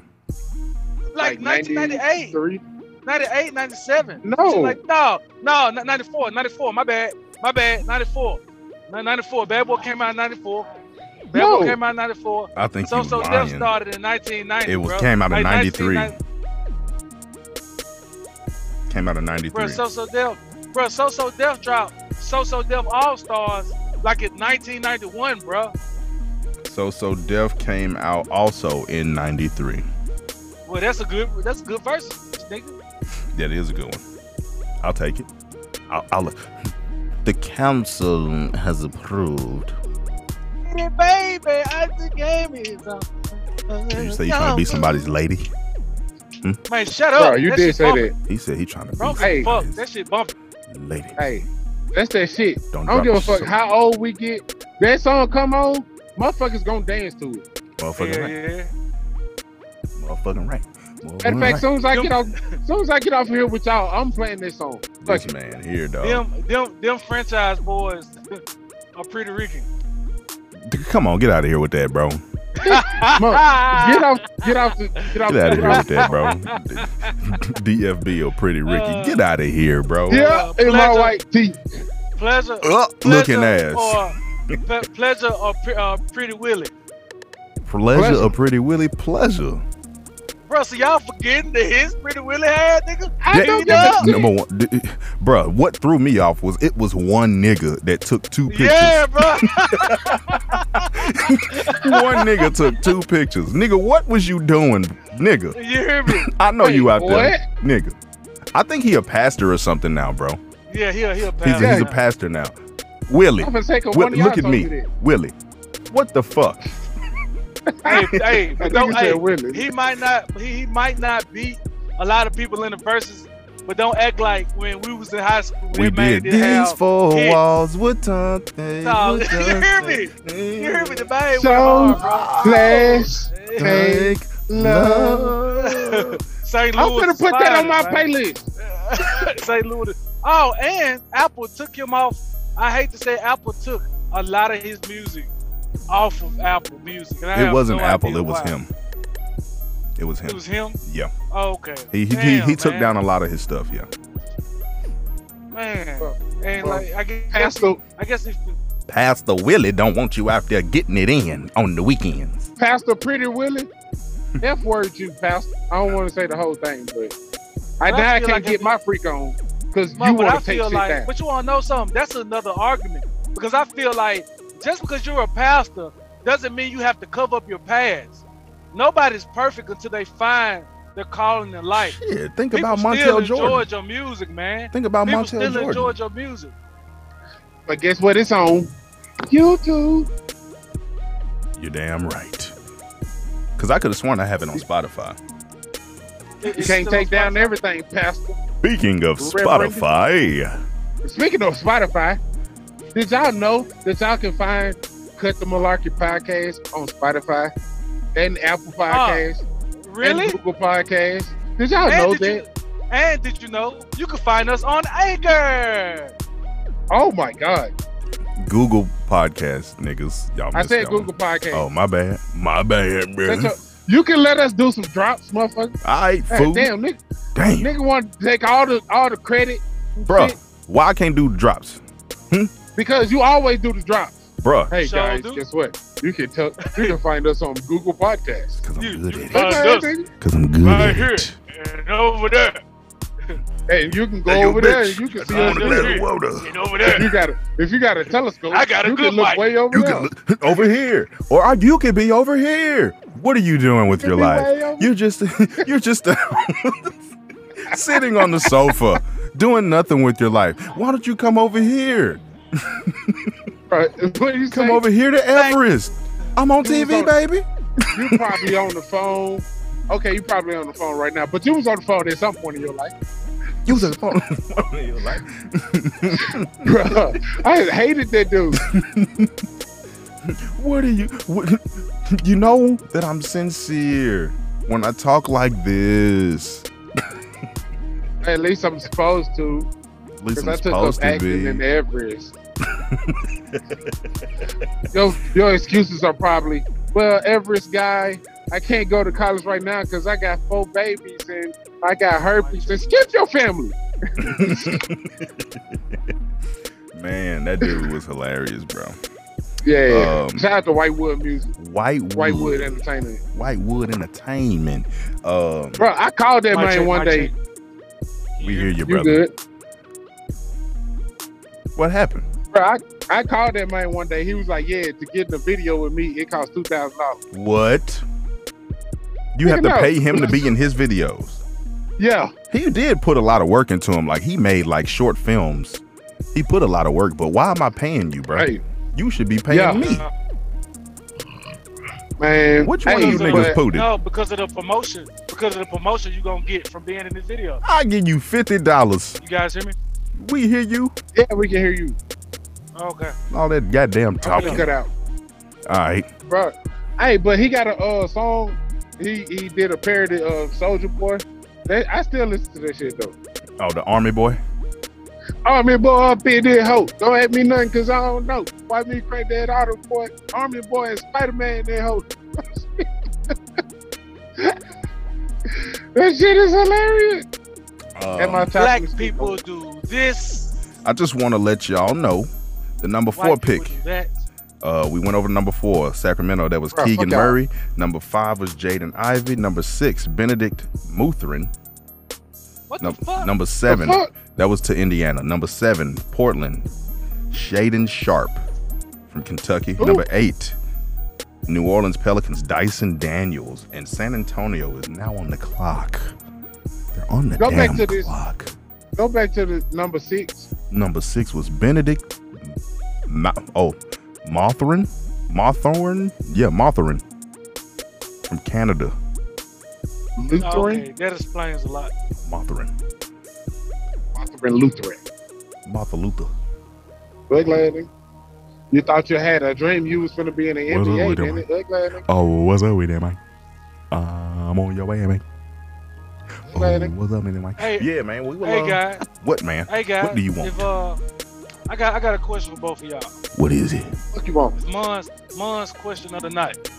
C: Like, 1998,
A: 93.
C: 98, 97.
A: No.
C: She's like, no, no, n- 94, 94, my bad, my bad, 94. N- 94, Bad Boy came out in 94. Bad
A: No.
C: Boy came out in 94.
B: I think
C: So
B: you
C: So Def
B: lying.
C: started in 1990.
B: It was
C: bro.
B: came out in
C: Like,
B: '93.
C: 1990
B: Came out in
C: Bro,
B: '93.
C: So So Def, bro, So So Def dropped So So Def All Stars like in 1991, bro.
B: So so Def came out also in '93.
C: Well, that's a good, that's a good verse, nigga.
B: That is a good one. I'll take it. I'll. I'll the council has approved.
C: Baby, I the game is on.
B: You say you trying to be somebody's lady?
C: Man, shut up.
A: Bro, you
C: That
A: did
C: shit
A: say
C: bumping.
A: that.
B: He said he trying to
C: Bro,
B: be
A: Hey.
C: fuck.
B: somebody's
C: That shit bumping.
B: lady.
A: Hey, that's that shit.
B: Don't
A: I don't
B: drop
A: give a
B: your
A: fuck
B: soap.
A: how old we get. That song come on, motherfuckers gonna dance to it.
B: Motherfucking
C: Yeah,
B: right.
C: yeah.
B: Motherfucking right.
A: Matter
B: Motherfucking
A: of fact,
B: right.
A: soon as I
C: Them-
A: get off, soon as I get off here with y'all, I'm playing this song. Fuck
B: This
A: it.
B: man here, dog.
C: Them, them, them franchise boys are Puerto Rican.
B: D- Come on, get out of here with that, bro.
A: Get off, get off, the, get off,
B: Get out of
A: get
B: here
A: off
B: with that, bro. D- DFB or Pretty Ricky. Get out of here, bro.
A: Uh. Yeah, in my
C: Pleasure.
A: white tee.
C: Pleasure,
B: Up
C: pleasure
B: looking ass.
C: Or, ple- pleasure or pre- uh, Pretty Willie.
B: pleasure,
A: Pleasure.
B: or Pretty Willie? Pleasure.
C: Bro, so y'all forgetting that his Pretty Willie had, nigga?
A: I
B: That-
A: don't give
C: Yeah.
A: a shit.
B: Number one, d- bruh, what threw me off was it was one nigga that took two pictures.
C: Yeah, bro.
B: One nigga took two pictures. Nigga, what was you doing, nigga?
C: you hear me?
B: I know
A: Wait,
B: you out there, nigga. I think he a pastor or something now, bro.
C: Yeah, he'll, he'll
B: He's,
C: pass.
B: a, he's a
A: Yeah.
B: pastor now. Willie,
A: I'm gonna take a
B: Wi-
A: one of y'all
B: look at
A: told
B: me,
A: that.
B: Willie. What the fuck?
C: hey, hey,
A: I think
C: don't,
A: you said
C: hey,
A: Willie.
C: he might not he, he might not beat a lot of people in the verses, but don't act like when we was in high school
B: We
C: that man
B: did.
C: didn't have-
E: These four
C: hit.
E: walls would taunt they
C: No,
E: would
C: you
E: just
C: hear me?
E: say,
C: You hear me? The man
A: So-
C: went hard,
A: Flash,
C: bro. Yeah.
E: Take love.
C: St. Louis.
A: I'm gonna put that on my
C: Spider,
A: playlist.
C: man. St. Louis. Oh, and Apple took him off. I hate to say Apple took a lot of his music off of Apple Music. and I
B: It
C: have
B: wasn't
C: no
B: Apple.
C: idea
B: It was
C: why.
B: him. It was him.
C: It was him.
B: Yeah.
C: Oh, okay.
B: He he, he,
C: Damn,
B: he took
C: man.
B: down a lot of his stuff. Yeah.
C: Man,
A: Bro,
C: and
A: bro.
C: like I guess,
A: Pastor,
C: I guess if
B: Pastor Willie don't want you out there getting it in on the weekends.
A: Pastor Pretty Willie. F word you, Pastor. I don't want to say the whole thing, but I
C: But I
A: now I
C: feel
A: can't
C: like
A: get
C: I-
A: my freak on because you
C: but but I
A: want to take
C: feel
A: shit
C: like,
A: down.
C: but you want to know something? That's another argument because I feel like just because you're a pastor doesn't mean you have to cover up your past. Nobody's perfect until they find their calling in life.
B: Shit, think
C: People
B: about
C: still
B: Montel
C: enjoy
B: Jordan.
C: your music, man.
B: Think about
C: People
B: Montel
C: still
B: Jordan.
C: enjoy your music.
A: But guess what? It's on YouTube.
B: You're damn right. Cause I could have sworn I have it on Spotify.
C: It-
A: You
C: it's
A: can't
C: still
A: take down
C: on Spotify.
A: everything, Pastor.
B: Speaking of
A: Reverend.
B: Spotify,
A: Speaking of Spotify, did y'all know that y'all can find Cut the Malarkey podcast on Spotify and Apple Podcasts
C: Ah, Really?
A: and Google Podcasts? Did y'all know
C: did
A: that?
C: you, and did you know you can find us on Anchor?
A: Oh my God!
B: Google Podcast, niggas, y'all.
A: I
B: missed
A: said
B: that one.
A: Google Podcasts.
B: Oh my bad, my bad, bro.
A: That's a- you can let us do some drops, motherfucker.
B: All right,
A: Hey,
B: fool.
A: damn, nigga,
B: Damn,
A: nigga want to take all the all the credit,
B: bruh.
A: shit,
B: Why I can't do drops,
A: because you always do the drops.
B: bruh?
A: Hey
C: Sure
A: guys,
C: do.
A: guess what? You can tell you can find us on Google Podcasts.
B: Cause
C: You-
B: I'm good at
C: Uh,
B: it.
A: Okay,
C: does-
A: nigga.
B: Cause I'm good
C: Right
B: at
C: here.
B: it.
C: And over there,
A: Hey, you can go
B: Hey, yo,
A: over there and
B: bitch.
A: you can see
B: I
A: us.
B: want a
C: Over
B: glass of
C: there.
B: water.
C: and over
A: If you got a, if you got a telescope,
C: I got a
A: you
C: good
A: can look
C: mic.
A: way over
B: You
A: there.
B: can look over here, or I- you could be over here. What are you doing with
A: You
B: your
A: be
B: life?
A: way over-
B: You're just, you're just sitting on the sofa, doing nothing with your life. Why don't you come over here?
A: Right. What you
B: Come
A: say?
B: over here to Everest. I'm on
A: You was
B: TV,
A: on-
B: baby.
A: You probably on the phone. Okay, you probably on the phone right now, but you was on the phone at some point in your life.
B: You was on the phone. phone in your life.
A: Bruh, I hated that dude.
B: What are you? What, you know that I'm sincere when I talk like this.
A: At least I'm supposed to,
B: At least
A: because I
B: I'm
A: took up
B: supposed to
A: acting
B: be.
A: in Everest. your, your excuses are probably, well, Everest guy, I can't go to college right now because I got four babies and I got herpes. And skip your family.
B: Man, that dude was hilarious, bro.
A: Yeah.
B: Um,
A: Shout out to Whitewood Music,
B: White
A: Whitewood Entertainment.
B: Whitewood Entertainment. Um,
A: Bro, I called that
C: Mic
A: man
C: check,
A: one
C: mic
A: day.
C: check.
B: we hear you,
A: You
B: brother.
A: good?
B: What happened?
A: Bro, I, I called that man one day. He was like, "Yeah, to get in the video with me, it costs two thousand dollars."
B: What? You
A: Nigga,
B: have to
A: no.
B: pay him to be in his videos.
A: Yeah,
B: He did put a lot of work into him. Like he made like short films. He put a lot of work, but why am I paying you, bro?
A: Hey.
B: You should be paying
A: Yeah.
C: Uh,
B: me.
A: man.
B: Which one
A: hey,
B: of you
C: but-
B: niggas pooted?
C: No, because of the promotion. Because of the promotion you're gonna get from being in this video.
B: I give you fifty dollars.
C: You guys hear me?
B: We hear you.
A: Yeah, we can hear you.
C: Okay.
B: All that goddamn
A: I'm
B: talking.
A: gonna cut out,
B: All right.
A: bro. Hey, but he got a uh, song. He he did a parody of Soldier Boy. That, I still listen to that shit though.
B: Oh, the army boy.
A: Army boy up in there, hoe. Don't at me nothing, cause I don't know. Why me crank that auto boy? Army boy and Spider Man there, hoe. that shit is hilarious.
B: Um,
A: At my top
C: Black
A: was-
C: people do this.
B: I just want to let y'all know the number four
C: white
B: pick.
C: people do that.
B: Uh, we went over number four, Sacramento. That was
A: Bruh,
B: Keegan
A: fuck y'all.
B: Murray. Number five was Jaden Ivey. Number six, Benedict Mutheran.
C: What
B: Num-
C: the fuck?
B: number seven,
A: The fuck?
B: that was to Indiana. Number seven, Portland. Shaden Sharp from Kentucky.
A: Ooh.
B: Number eight, New Orleans Pelicans. Dyson Daniels and San Antonio is now on the clock. They're on the
A: Go back
B: damn
A: to this.
B: clock.
A: Go back to the number six.
B: Number six was Benedict Ma- oh, Mothrin, Mothorn, yeah, Mothrin from Canada.
A: Lutheran?
C: Okay, that explains a lot.
B: Mothrin,
A: Lutheran, Lutheran.
B: Martha Luther.
A: Ugly ass nigga. You thought you had a dream you was gonna be in the
B: What do-
A: NBA,
B: what do
A: didn't it? Ugly ass nigga.
B: Oh, what's up with that, man? I'm on your way, man. Oh,
A: Ugly ass nigga.
B: what's up with that, man?
C: Hey-
B: yeah, man. We were. uh,
C: Hey guys,
B: what, man?
C: hey guys.
B: do you want?
C: If, uh, I got I got a question for both of y'all.
B: What is it?
A: Fuck you want?
C: It's Mon's Mon's question of the night.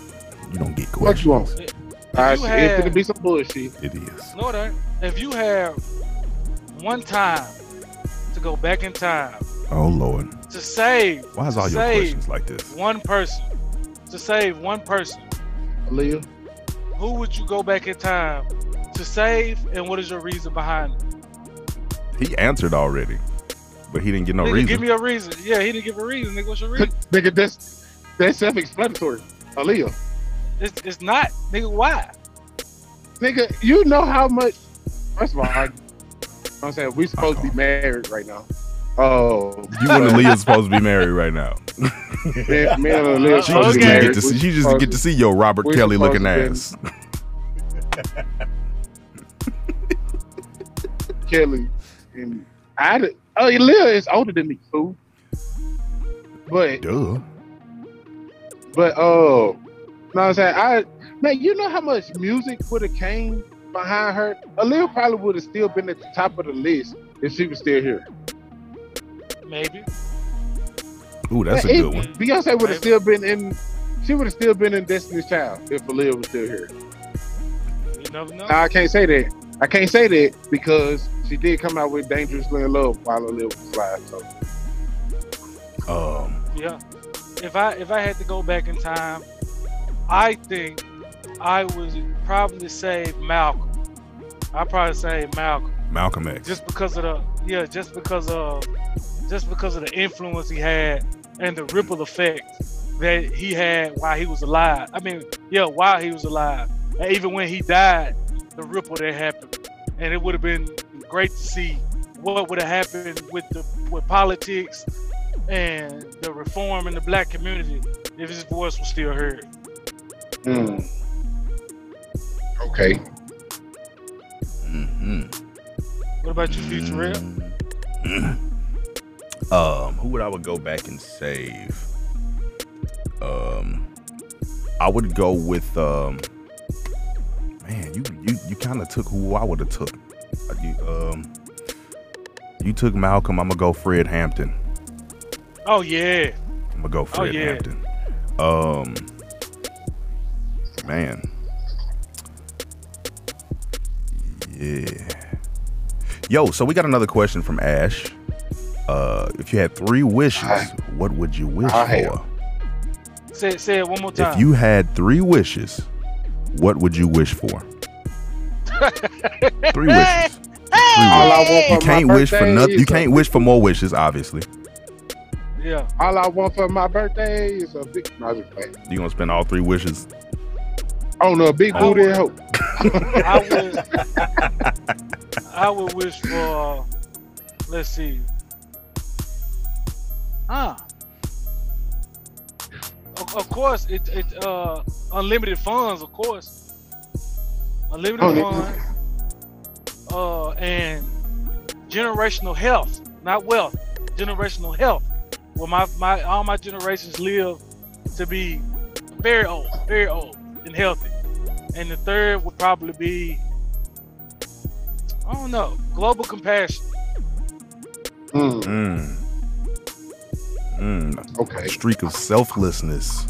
B: You don't get
A: Fuck you want?
B: questions.
A: Alright, shit, it's
C: had-
A: gonna be some bullshit.
B: It is.
C: No, it ain't. eh? If you have one time to go back in time
B: Oh Lord,
C: to save
B: why is all your
C: Say-
B: questions like this?
C: one person, to save one person,
A: Aaliyah.
C: who would you go back in time to save, and what is your reason behind it?
B: He answered already, but he didn't get no
C: nigga,
B: reason.
C: give me a reason. Yeah, he didn't give a reason. Nigga, what's your reason?
A: Nigga, that's that's self-explanatory. Aaliyah.
C: it's, it's not, nigga. Why?
A: Nigga, you know how much. First of all, I, I'm saying we supposed to be married right now. Oh,
B: you and Aaliyah's supposed to be married right now.
A: me, me and
C: Uh,
A: Aaliyah.
B: She
A: supposed
B: just
A: to be
B: didn't get
A: married.
B: to
A: We
B: see. She just didn't get to see your Robert
A: we
B: Kelly
A: supposed
B: looking
A: to be-
B: ass.
A: supposed to Kelly. And I, did- oh, Aaliyah is older than me, fool. But
B: Duh.
A: but oh, no, I'm saying I man, you know how much music would have came behind her. Aaliyah probably would have still been at the top of the list if she was still here.
C: Maybe.
B: Ooh, that's a
A: Man, it-
B: good one.
A: Beyonce would have still been in. She would have still been in Destiny's Child if Aaliyah was still here.
C: You never know.
A: Now, I can't say that. I can't say that because she did come out with "Dangerously in Love" while Aaliyah was live. So
B: Um,
C: Yeah. If I if I had to go back in time, I think I would probably say Malcolm. I probably say Malcolm
B: Malcolm X.
C: just because of the yeah, just because of just because of the influence he had and the ripple effect that he had while he was alive. I mean, yeah, while he was alive, and even when he died, the ripple that happened, and it would have been great to see what would have happened with the with politics and the reform in the black community if his voice was still heard.
A: mm. okay,
B: hmm
C: What about you, Future Real?
B: Mm. Um, who would I would go back and save? Um, I would go with um. Man, you you you kind of took who I would have took. Uh, You, um, you took Malcolm. I'm gonna go Fred Hampton.
C: Oh yeah,
B: I'm gonna go Fred
C: yeah.
B: Hampton. Um, man, yeah. Yo, so we got another question from Ash. Uh, if you had three wishes,
A: I-
B: what would you wish
A: I have-
B: for?
C: say say it one more time.
B: If you had three wishes, what would you wish for? three wishes. Three
A: all
B: wishes.
A: I want for my
B: You can't wish for
A: birthday
B: nothing.
A: is
B: You
A: a-
B: can't wish for more wishes, obviously.
C: yeah,
A: all I want for my birthday is a big. No, I'm just playing.
B: You're gonna spend all three wishes.
A: Oh no, a big
C: I
A: booty
C: would-
A: and hope.
C: I would I would wish for let's see. Ah. Of, of course it it uh unlimited funds, of course. Unlimited
A: Unlimited.
C: funds. Uh and generational health, not wealth, generational health. Where my, my all my generations live to be very old, very old and healthy. And the third would probably be I don't know, global compassion.
A: Mm,
B: Mm. Mm.
A: okay,
B: streak of selflessness.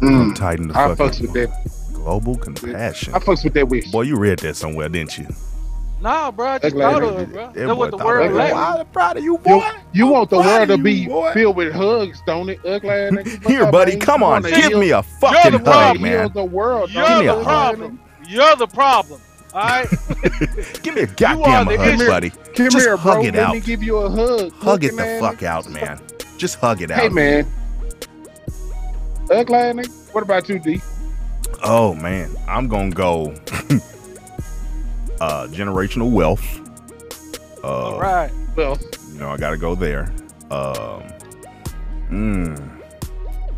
A: Mm,
B: Tighten the
A: I
B: fucking
A: fucks with that.
B: global compassion.
A: I fucks with that wish.
B: Boy, you read that somewhere, didn't you?
C: Nah, bro, I just
A: That
C: thought
A: lady
C: of it,
B: did
C: bro.
B: it. That
C: That's what
B: boy
C: the
B: thought
C: word
A: of it.
C: lack.
A: Wow.
E: I'm proud of you,
A: You,
E: boy.
A: you
E: I'm
A: want the
E: proud
A: world to
E: of you,
A: be
E: boy.
A: filled with hugs, don't it? Ugly ass nigga. What's
B: Here,
A: up,
B: buddy,
A: man?
B: come
A: You
B: on,
A: wanna
B: give
A: heal-
B: me a
C: You're
B: fucking
C: the
A: you wanna
B: hug,
A: heal
B: man.
A: the world.
C: You're
A: don't
B: Give me
A: you,
B: a
A: ugly ass
C: the
B: hug.
A: nigga?
C: problem. You're the problem. All right.
B: Give me a
C: are
B: goddamn
C: the
B: hug,
C: issue.
B: buddy.
A: Come
B: Just
A: here, bro.
B: hug it
A: Let
B: out.
A: me give you a hug.
B: Hug it
A: Looking
B: the
A: at
B: fuck
A: it.
B: out, man. Just hug it
A: Hey,
B: out.
A: man. Ugly ass nigga. What about you, D?
B: Oh man, I'm gonna go. uh, generational wealth. Uh,
C: All right.
B: Oh.
A: Well,
B: you know, I gotta go there. Um, Mm,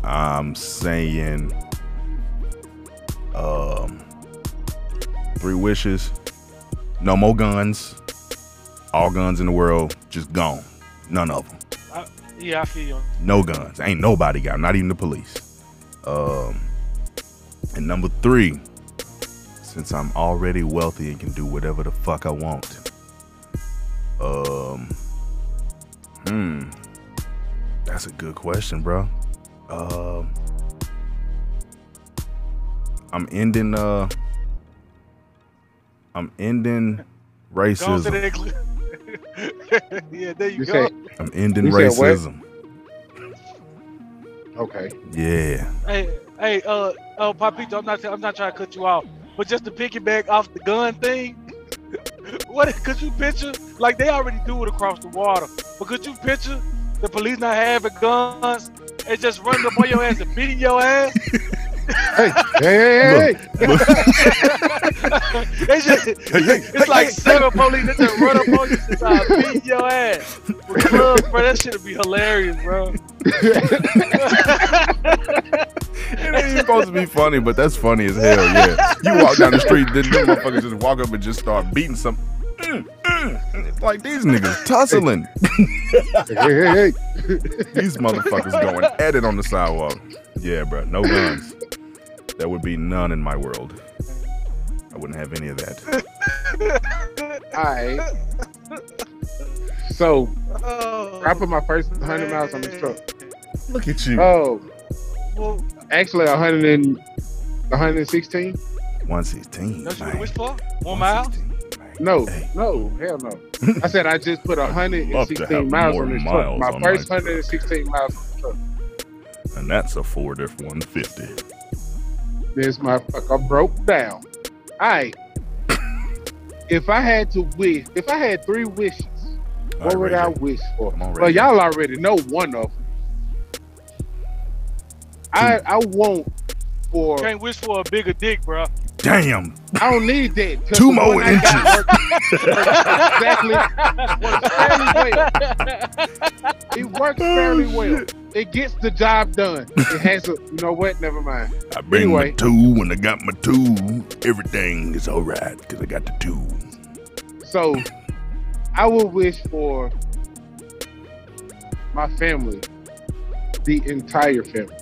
B: I'm saying, um, three wishes, no more guns, all guns in the world just gone, none of them,
C: Yeah, I feel you.
B: no guns, ain't nobody got 'em, not even the police. Um, and number three, since I'm already wealthy and can do whatever the fuck I want, um, hmm, that's a good question, bro. Um, I'm ending. Uh, I'm ending
C: Go to
B: racism.
C: the yeah, there you,
A: You
C: go.
A: said
B: I'm ending
A: You said what?
B: racism.
A: okay.
B: Yeah.
C: Hey, hey, uh, oh, Papito, I'm not, I'm not trying to cut you off, but just to piggyback off the gun thing, what could you picture? Like they already do it across the water, but could you picture the police not having guns and just running up on your ass and beating your ass?
A: Hey, hey, hey, hey, hey.
C: They just, it's like seven police that just run up on you and start beating your ass. With gloves, bro, that shit would be hilarious, bro.
B: It ain't supposed to be funny, but that's funny as hell. Yeah. You walk down the street, then them motherfuckers just walk up and just start beating some. Mm, mm. It's Like these niggas tussling.
A: hey, hey, hey.
B: These motherfuckers going at it on the sidewalk. Yeah, bro. No guns. There would be none in my world. I wouldn't have any of that.
A: All right. So
C: Oh,
A: I put my first 100 miles on this truck.
B: Look at you.
A: Oh,
C: Well,
A: actually 100 and 116?
B: 116.
C: that's what
B: man.
C: you wish for? One mile?
B: 116, man.
A: No,
B: Hey.
A: no, hell no. I said I just put
B: love to
A: 116
B: have
A: miles
B: more
A: on this truck.
B: miles
A: My
B: on my
A: first
B: truck.
A: 116 miles on this truck.
B: And that's a Ford F-150.
A: This motherfucker broke down. All right. if I had to wish, if I had three wishes,
B: All
A: what
B: right,
A: would
B: Ray
A: I
B: J.
A: wish for?
B: Come on, Ray
A: well,
B: J.
A: y'all already know one of them. I, I want for
C: Can't wish for a bigger dick, bro.
B: Damn.
A: I don't need that. 'cause
B: Two
A: the
B: more
A: one I got works- exactly. Works fairly
B: Oh,
A: well. It works fairly well. It gets the job done. It has a. You know what? Never mind.
B: I bring
A: Anyway.
B: my two. When I got my two, everything is all right because I got the two.
A: So, I would wish for my family, the entire family,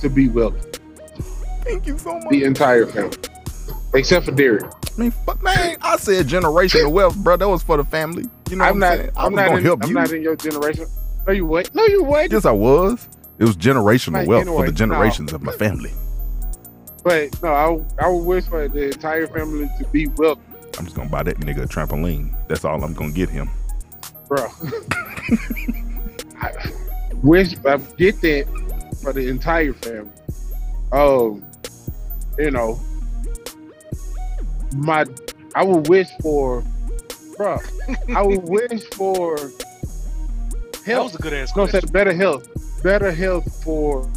A: to be wealthy.
B: Thank you so much.
A: The entire family, except for Derek.
B: I mean, fuck, man, I said generational wealth, bro. That was for the family. You know
A: I'm
B: what
A: not.
B: I'm saying? I
A: I'm
B: was
A: not.
B: gonna
A: In,
B: help
A: I'm
B: you.
A: not in your generation. No, you would. No, you would.
B: yes, I was. It was generational
A: Like,
B: wealth
A: anyway,
B: for the
A: no.
B: generations of my family.
A: But no, I, I would wish for the entire family to be wealthy,
B: I'm just gonna buy that nigga a trampoline. That's all I'm gonna get him.
A: bro. I wish I get that for the entire family. Um, you know, my I would wish for, bro. I would wish for
C: That
A: health.
C: was a good ass
A: I was gonna
C: question.
A: say better health, better health for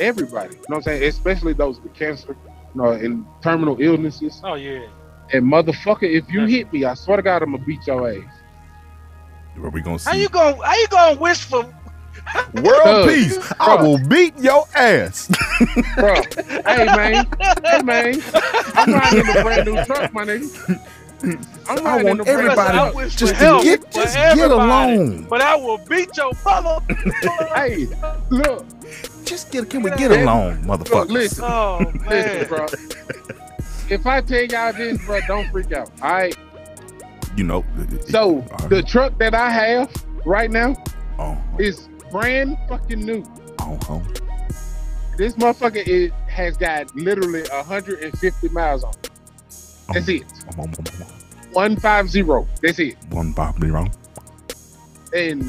A: everybody. You know what I'm saying? Especially those with cancer, you know, and terminal illnesses.
C: Oh yeah.
A: And motherfucker, if you hit me, I swear to God, I'm gonna beat your ass.
B: Where we gonna see
C: How you going how you gonna wish for
B: world
A: Thug.
B: peace? I
A: Bruh.
B: will beat your ass.
A: Bro, hey man, hey man, I'm riding in a brand new truck, my nigga. I'm
B: I
A: riding in a
B: want
A: brand new
B: everybody
A: truck.
C: wish
B: just
C: for
B: to
C: help
B: get,
C: for
B: just get
C: everybody.
B: along.
C: but I will beat your mother.
A: Hey, look,
B: Just get. Can we get along, motherfuckers?
A: listen.
C: oh
A: listen,
C: man.
A: bro. If I tell y'all this, bro, don't freak out. All right.
B: You know.
A: So
B: uh,
A: the truck that I have right now
B: uh,
A: is brand fucking new.
B: uh,
A: This motherfucker is, has got literally 150 miles on. it. That's it.
B: Um, um, um, um,
A: 150. That's it.
B: One probably wrong.
A: And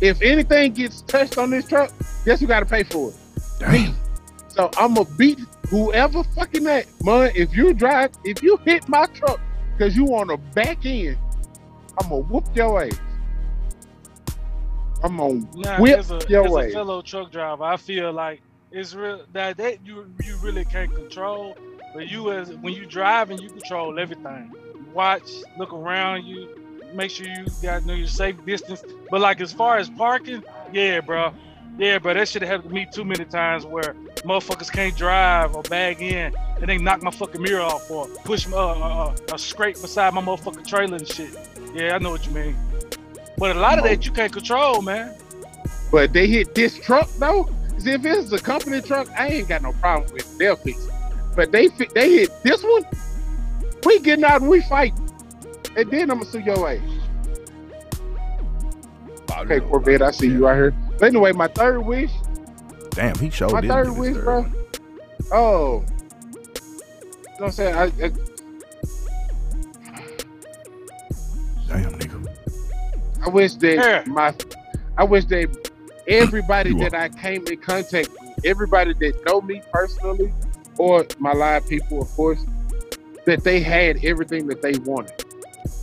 A: if anything gets touched on this truck, guess who got to pay for it?
B: Damn.
A: So I'm going to beat whoever fucking that. Man, if you drive, if you hit my truck because you on the back end, I'm going to whoop your ass. I'm going to
C: Nah,
A: whip
C: as a,
A: your
C: as a
A: way.
C: fellow truck driver, I feel like it's real that that you you really can't control. But you as when you driving, you control everything. You watch, look around you, make sure you guys know your safe distance. But like as far as parking, yeah, bro, yeah, bro, that shit happened to me too many times where motherfuckers can't drive or bag in, and they knock my fucking mirror off or push my uh, uh, uh, scrape beside my motherfucking trailer and shit. Yeah, I know what you mean. But a lot of that you can't control, man.
A: But they hit this truck though. 'Cause If it's a company truck, I ain't got no problem with their fix. But they fi- they hit this one. We getting out and we fight, and then I'm gonna sue your ass. Okay, Corvette, I see you out here. But anyway, my third wish.
B: Damn, he showed
A: my
B: didn't
A: third
B: get his
A: wish,
B: third
A: bro.
B: one.
A: Oh, you know what I'm saying? I, I,
B: Damn, nigga.
A: I wish that
C: Yeah.
A: my, I wish that everybody
B: You
A: that I came in contact with, everybody that know me personally, or my live people, of course, that they had everything that they wanted,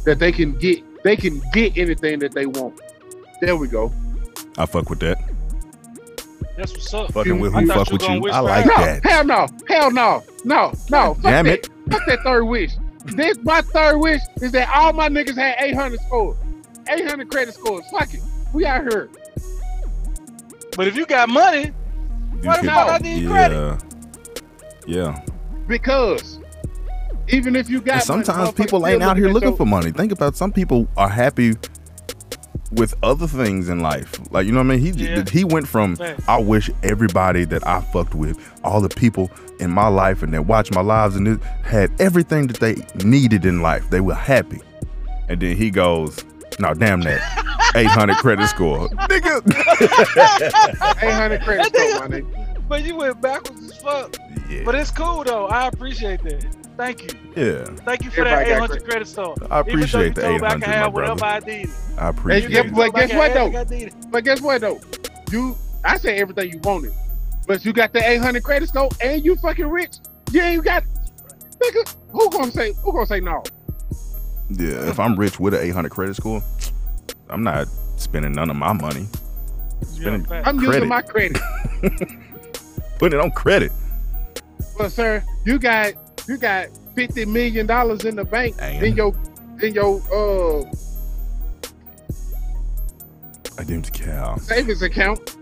A: that they can get, they can get anything that they want. There we go.
B: I fuck with that.
C: That's what's up.
B: Fucking with
C: I
B: who
C: thought
B: fuck
C: you
B: with
C: gonna
B: you.
C: wish
B: I
C: for
B: like
A: no,
B: that.
A: hell no, hell no, no, no. Fuck
B: Damn
A: that.
B: it.
A: Fuck that third wish. This my third wish is that all my niggas had 800 scores, 800 credit scores. Fuck it, we out here.
C: But if you got money,
B: You
C: What
B: could-
C: about I need
B: yeah. Yeah.
A: Because even if you got
B: And
A: money,
B: sometimes
A: motherfuckers
B: people
A: still
B: ain't out here
A: at
B: looking
A: your-
B: for money. Think about some people are happy with other things in life. Like you know what I mean? He
C: Yeah.
B: he went from
C: Facts.
B: I wish everybody that I fucked with, all the people in my life and that watch my lives and this had everything that they needed in life. They were happy. And then he goes, No, damn that. 800 credit score. Nigga.
A: 800 credit
C: That nigga-
A: score, my nigga.
C: but you went backwards as fuck. But
B: Yeah.
C: it's cool though. I appreciate that. Thank you.
B: yeah.
C: Thank you for
A: Everybody
C: that
A: got
C: 800 credit store.
B: I
C: Even though you
B: appreciate the
C: told me I
B: 800,
C: can
B: my
C: have whatever
B: brother.
C: I needed.
B: I appreciate
A: yeah,
B: it.
A: but guess what, though?
C: I needed.
A: But guess what though? You I said everything you wanted. But you got the 800 credit score and you fucking rich. You ain't got nigga, who gonna say who gonna say no?
B: Yeah, if I'm rich with an 800 credit score, I'm not spending none of my money.
C: Yeah, facts.
A: I'm
B: Credit.
A: using my credit.
B: Putting it on credit.
A: But sir, you got you got 50 million dollars in the bank
B: Damn.
A: then your then your uh
B: I didn't cow.
A: savings account.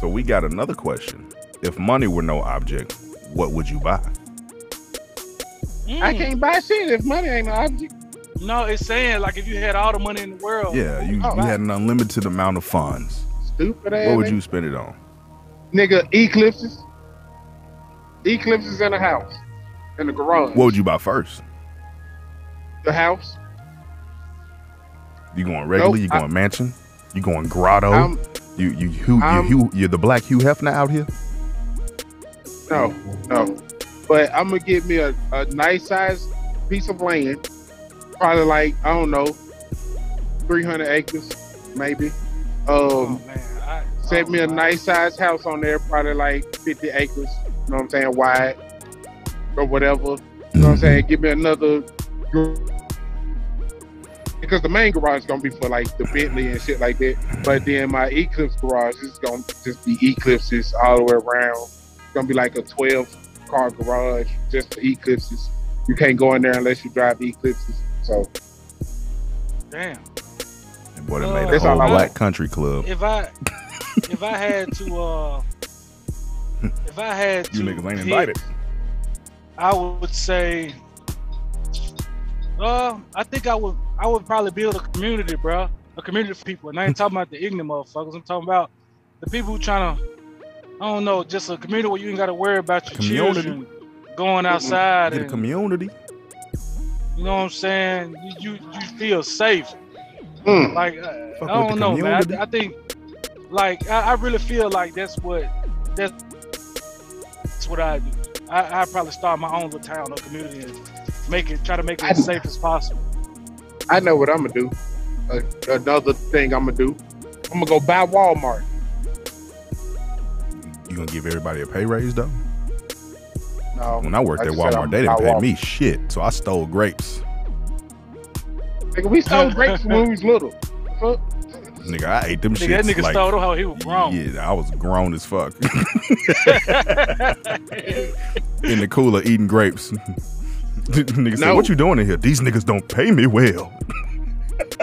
B: So we got another question. If money were no object, what would you buy?
A: I
C: Mm.
A: can't buy shit if money ain't an object.
C: No, it's saying like if you had all the money in the world.
B: Yeah, you,
A: Oh,
B: you had an unlimited amount of funds.
A: Stupid ass.
B: What would
A: nigga.
B: you spend it on?
A: Nigga, eclipses. Eclipses in the house. In the garage.
B: What would you buy first?
A: the house?
B: You going regular?
A: Nope,
B: you going mansion? You going grotto?
A: I'm
B: you you Hugh, you
A: I'm-
B: Hugh, you're the black Hugh Hefner out here?
A: No, no. But I'm gonna give me a, a nice sized piece of land, probably like I don't know, 300 acres, maybe.
C: Oh
A: Um,
C: man. I,
A: set
C: oh,
A: me a
C: wow.
A: nice sized house on there, probably like 50 acres. You know what I'm saying, wide or whatever. You know
B: Mm-hmm.
A: what I'm saying? Give me another. gr- Because the main garage is gonna be for like the Bentley and shit like that, but then my Eclipse garage is gonna just be Eclipses all the way around. It's gonna be like a 12 car garage just for Eclipses. You can't go in there unless you drive Eclipses. So
C: Damn.
B: Mm-hmm. Boy, they made a
A: That's
B: whole
A: all I
B: black
A: want.
B: country club.
C: If I if I had to uh if I had to
B: You niggas ain't
C: pick,
B: invited.
C: I would say uh I think I would I would probably build a community, bro. A community for people. And I ain't talking about the ignorant motherfuckers. I'm talking about the people who trying to I don't know, just a community where you ain't gotta worry about your
B: Community.
C: children going outside
B: Get a
C: and
B: community.
C: You know what I'm saying? You you, you feel safe.
A: Mm.
C: Like I, I
B: Fuck with
C: don't
B: the
C: know, man.
B: community.
C: I, I think like I, I really feel like that's what that's, that's what I do. I I probably start my own little town or community and make it try to make it
A: I do-
C: as safe as possible.
A: I know what I'm gonna do. Uh, another thing I'm gonna do, I'm gonna go buy Walmart.
B: You gonna give everybody a pay raise though?
A: No,
B: When I worked
A: like
B: at
A: I said,
B: Walmart,
A: I'm
B: they didn't
A: about
B: pay me shit, so I stole grapes.
A: nigga, we sold grapes when we was little. Fuck.
B: Nigga, I ate them shit.
C: Nigga, that nigga
B: like,
C: stole them how he was grown.
B: Yeah, I was grown as fuck. in the cooler eating grapes. nigga said,
A: No.
B: "What you doing in here? These niggas don't pay me well."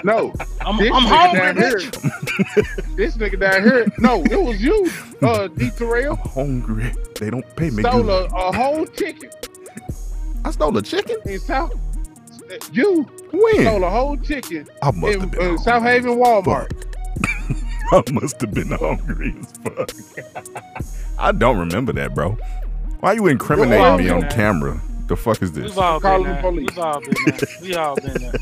A: No,
C: I'm,
A: this
C: I'm
A: nigga
C: hungry,
A: down
C: bitch.
A: here. This nigga down here. No, it was you, uh, D. Terrell.
B: Hungry. They don't pay me.
A: Stole
B: Good.
A: a, a whole chicken
B: I stole a chicken.
A: in South. You
B: When?
A: stole a whole chicken
B: I must have
A: in
B: been
A: uh,
B: hungry
A: South Haven
B: as
A: Walmart.
B: fuck. I must have been hungry as fuck. I don't remember that, bro. Why you incriminating
A: Well,
B: me
A: well,
B: on
C: man.
B: camera? The fuck is this?
C: We've all
A: Call
C: been
A: the
C: there.
A: police.
C: We've all been there. We all been there.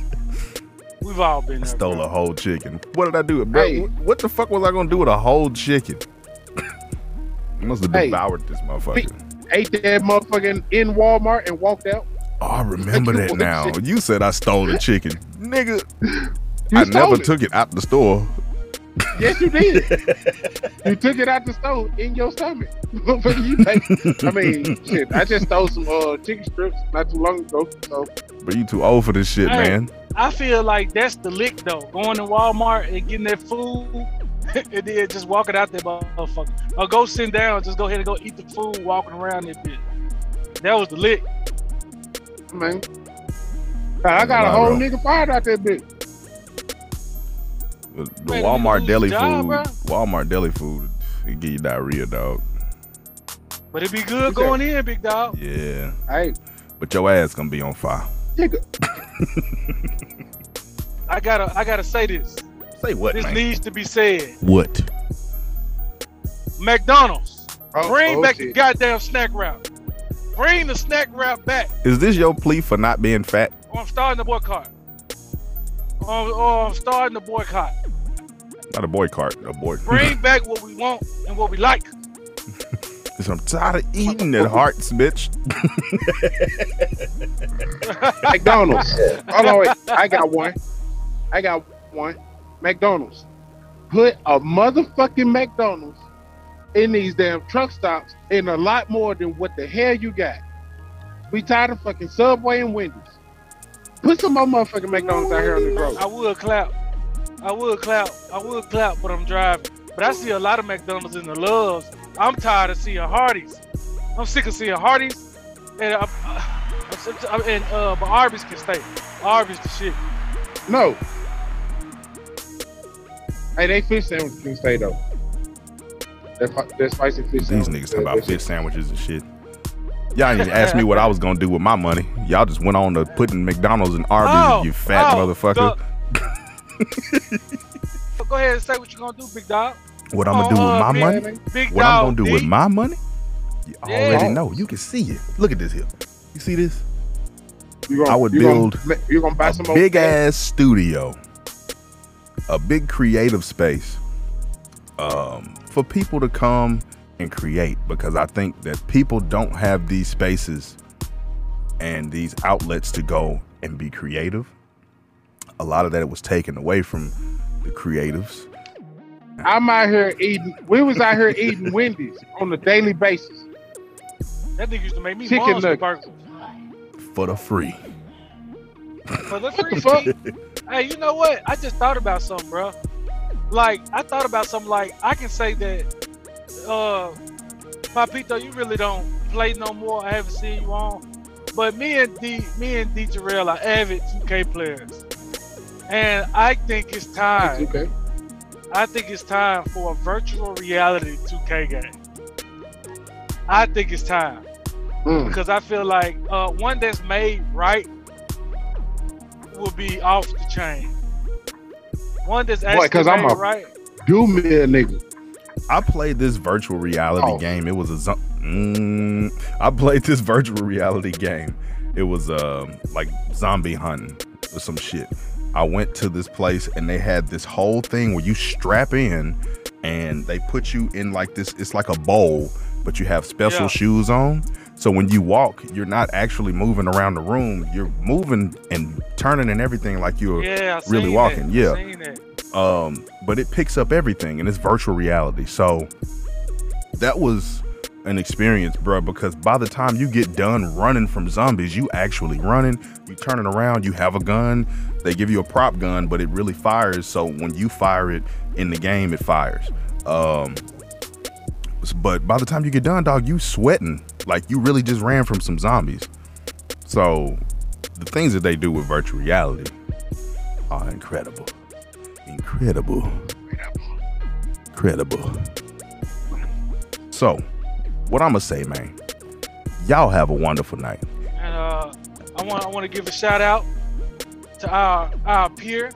C: We've all been
B: I
C: there.
B: stole
C: bro.
B: a whole chicken. What did I do, bro?
A: Hey.
B: What the fuck was I gonna do with a whole chicken? I must have
A: Hey.
B: devoured this motherfucker.
A: Ate that motherfucking in Walmart and walked out.
B: Oh, I remember
A: You
B: that
A: stole
B: now.
A: chicken.
B: You said I stole the chicken, nigga.
A: You
B: I
A: stole
B: never
A: it.
B: took it out the store.
A: Yes, you did. you took it out the stove in your stomach. Motherfucker, you take- I mean, shit. I just stole some uh, chicken strips not too long ago. So
B: But you too old for this shit,
C: Hey.
B: man.
C: I feel like that's the lick though. Going to Walmart and getting that food, and then just walking out there, motherfucker. Or go sit down, just go ahead and go eat the food, walking around that bitch. That was the lick.
A: man. I got a
B: Nah,
A: whole
B: bro.
A: nigga fired out that bitch.
B: The
C: Wait, you
B: Walmart
C: lose
B: deli
C: your job,
B: food.
C: bro?
B: Walmart deli food. It give you diarrhea, dog.
C: But it'd be
A: Who's that?
C: good going in, big dog.
B: Yeah.
A: Hey,
B: But your ass gonna be on fire.
A: nigga,
C: I gotta, I gotta say this.
B: Say what,
C: This
B: man?
C: needs to be said.
B: What?
C: McDonald's,
A: Oh,
C: bring
A: oh,
C: back the
A: shit.
C: goddamn snack wrap. Bring the snack wrap back.
B: Is this your plea for not being fat?
C: Or I'm starting the boycott. Or, or I'm starting the boycott.
B: Not a boycott, a boy.
C: Bring back what we want and what we like.
B: Cause I'm tired of eating at Hearts, bitch.
A: McDonald's. Hold on, wait. I got one. I got one. McDonald's. Put a motherfucking McDonald's in these damn truck stops and a lot more than what the hell you got. We tired of fucking Subway and Wendy's. Put some more motherfucking McDonald's out here on the road.
C: I would clap. I would clap. I would clap, but I'm driving. But I see a lot of McDonald's in the loves. I'm tired of seeing Hardee's. I'm sick of seeing Hardee's. And, I'm, I'm, sick- I'm- and uh, but Arby's can stay. Arby's the shit.
A: No. Hey, they fish sandwiches can stay though. That, fi- that spicy fish
B: These
A: sandwich.
B: niggas
A: that-
B: talking about
A: that shit.
B: fish sandwiches and shit. Y'all didn't even ask me what I was gonna do with my money. Y'all just went on to putting McDonald's and Arby's,
C: Oh,
B: you fat
C: oh,
B: motherfucker.
C: the- Go ahead and say what you're gonna do, big dog.
B: what I'm gonna do
C: Oh,
B: with
C: uh,
B: my
C: man.
B: money?
C: Big
B: What
C: dog.
B: I'm gonna do with
C: D.
B: my money? You
C: Yeah.
B: already know. You can see it. Look at this here. You see this?
A: You gonna,
B: I would
A: you gonna
B: build
A: ma- you gonna buy some
B: a
A: more
B: big
A: gas?
B: ass studio, a big creative space um, for people to come and create because I think that people don't have these spaces and these outlets to go and be creative. A lot of that was taken away from the creatives.
A: I'm out here eating. We was out here eating Wendy's on a daily basis.
C: That nigga used to make me
A: Chicken
C: monster
A: nuggets.
C: burgers.
B: For the free,
C: But let's fuck? Hey, you know what? I just thought about something, bro. Like I thought about something. Like I can say that, uh, Papito, you really don't play no more. I haven't seen you on. But me and D, me and D Jarrell are avid 2K players, and I think it's time.
A: Okay.
C: I think it's time for a virtual reality 2K game. I think it's time
A: Mm.
C: because I feel like uh, one that's made right will be off the chain. One that's actually
A: 'cause
C: made
A: I'm a-
C: right.
A: Do me a nigga.
B: I played this virtual reality
A: Oh.
B: game. It was a. zo- Mm, I played this virtual reality game. It was um like zombie hunting or some shit. I went to this place and they had this whole thing where you strap in and they put you in like this. It's like a bowl, but you have special
C: Yeah.
B: shoes on. So when you walk, you're not actually moving around the room. You're moving and turning and everything like you're
C: Yeah, I
B: really
C: seen
B: walking,
C: That.
B: yeah.
C: I seen that.
B: um, but it picks up everything and it's virtual reality. So that was an experience, bro, because by the time you get done running from zombies, you actually running, you turning around, you have a gun. They give you a prop gun, but it really fires. So when you fire it in the game, it fires. Um, but by the time you get done, dog, you sweating like you really just ran from some zombies. So the things that they do with virtual reality are incredible. Incredible. Incredible. So, what I'm going to say, man, y'all have a wonderful night.
C: And uh, I want I want to give a shout out to our our peer,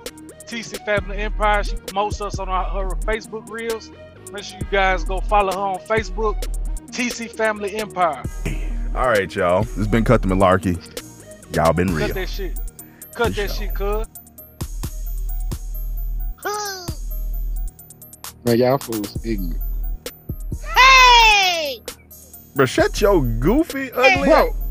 C: TC Family Empire. She promotes us on our, her Facebook reels. Make sure you guys go follow her on Facebook, TC Family Empire.
B: All right, y'all. It's been Cut the Malarkey. Y'all been
C: Cut
B: real.
C: that shit. Cut
B: For sure.
C: that shit, cuz.
A: Man, y'all fools ignorant.
F: Hey!
B: Bro, shut your goofy, ugly.
A: Bro,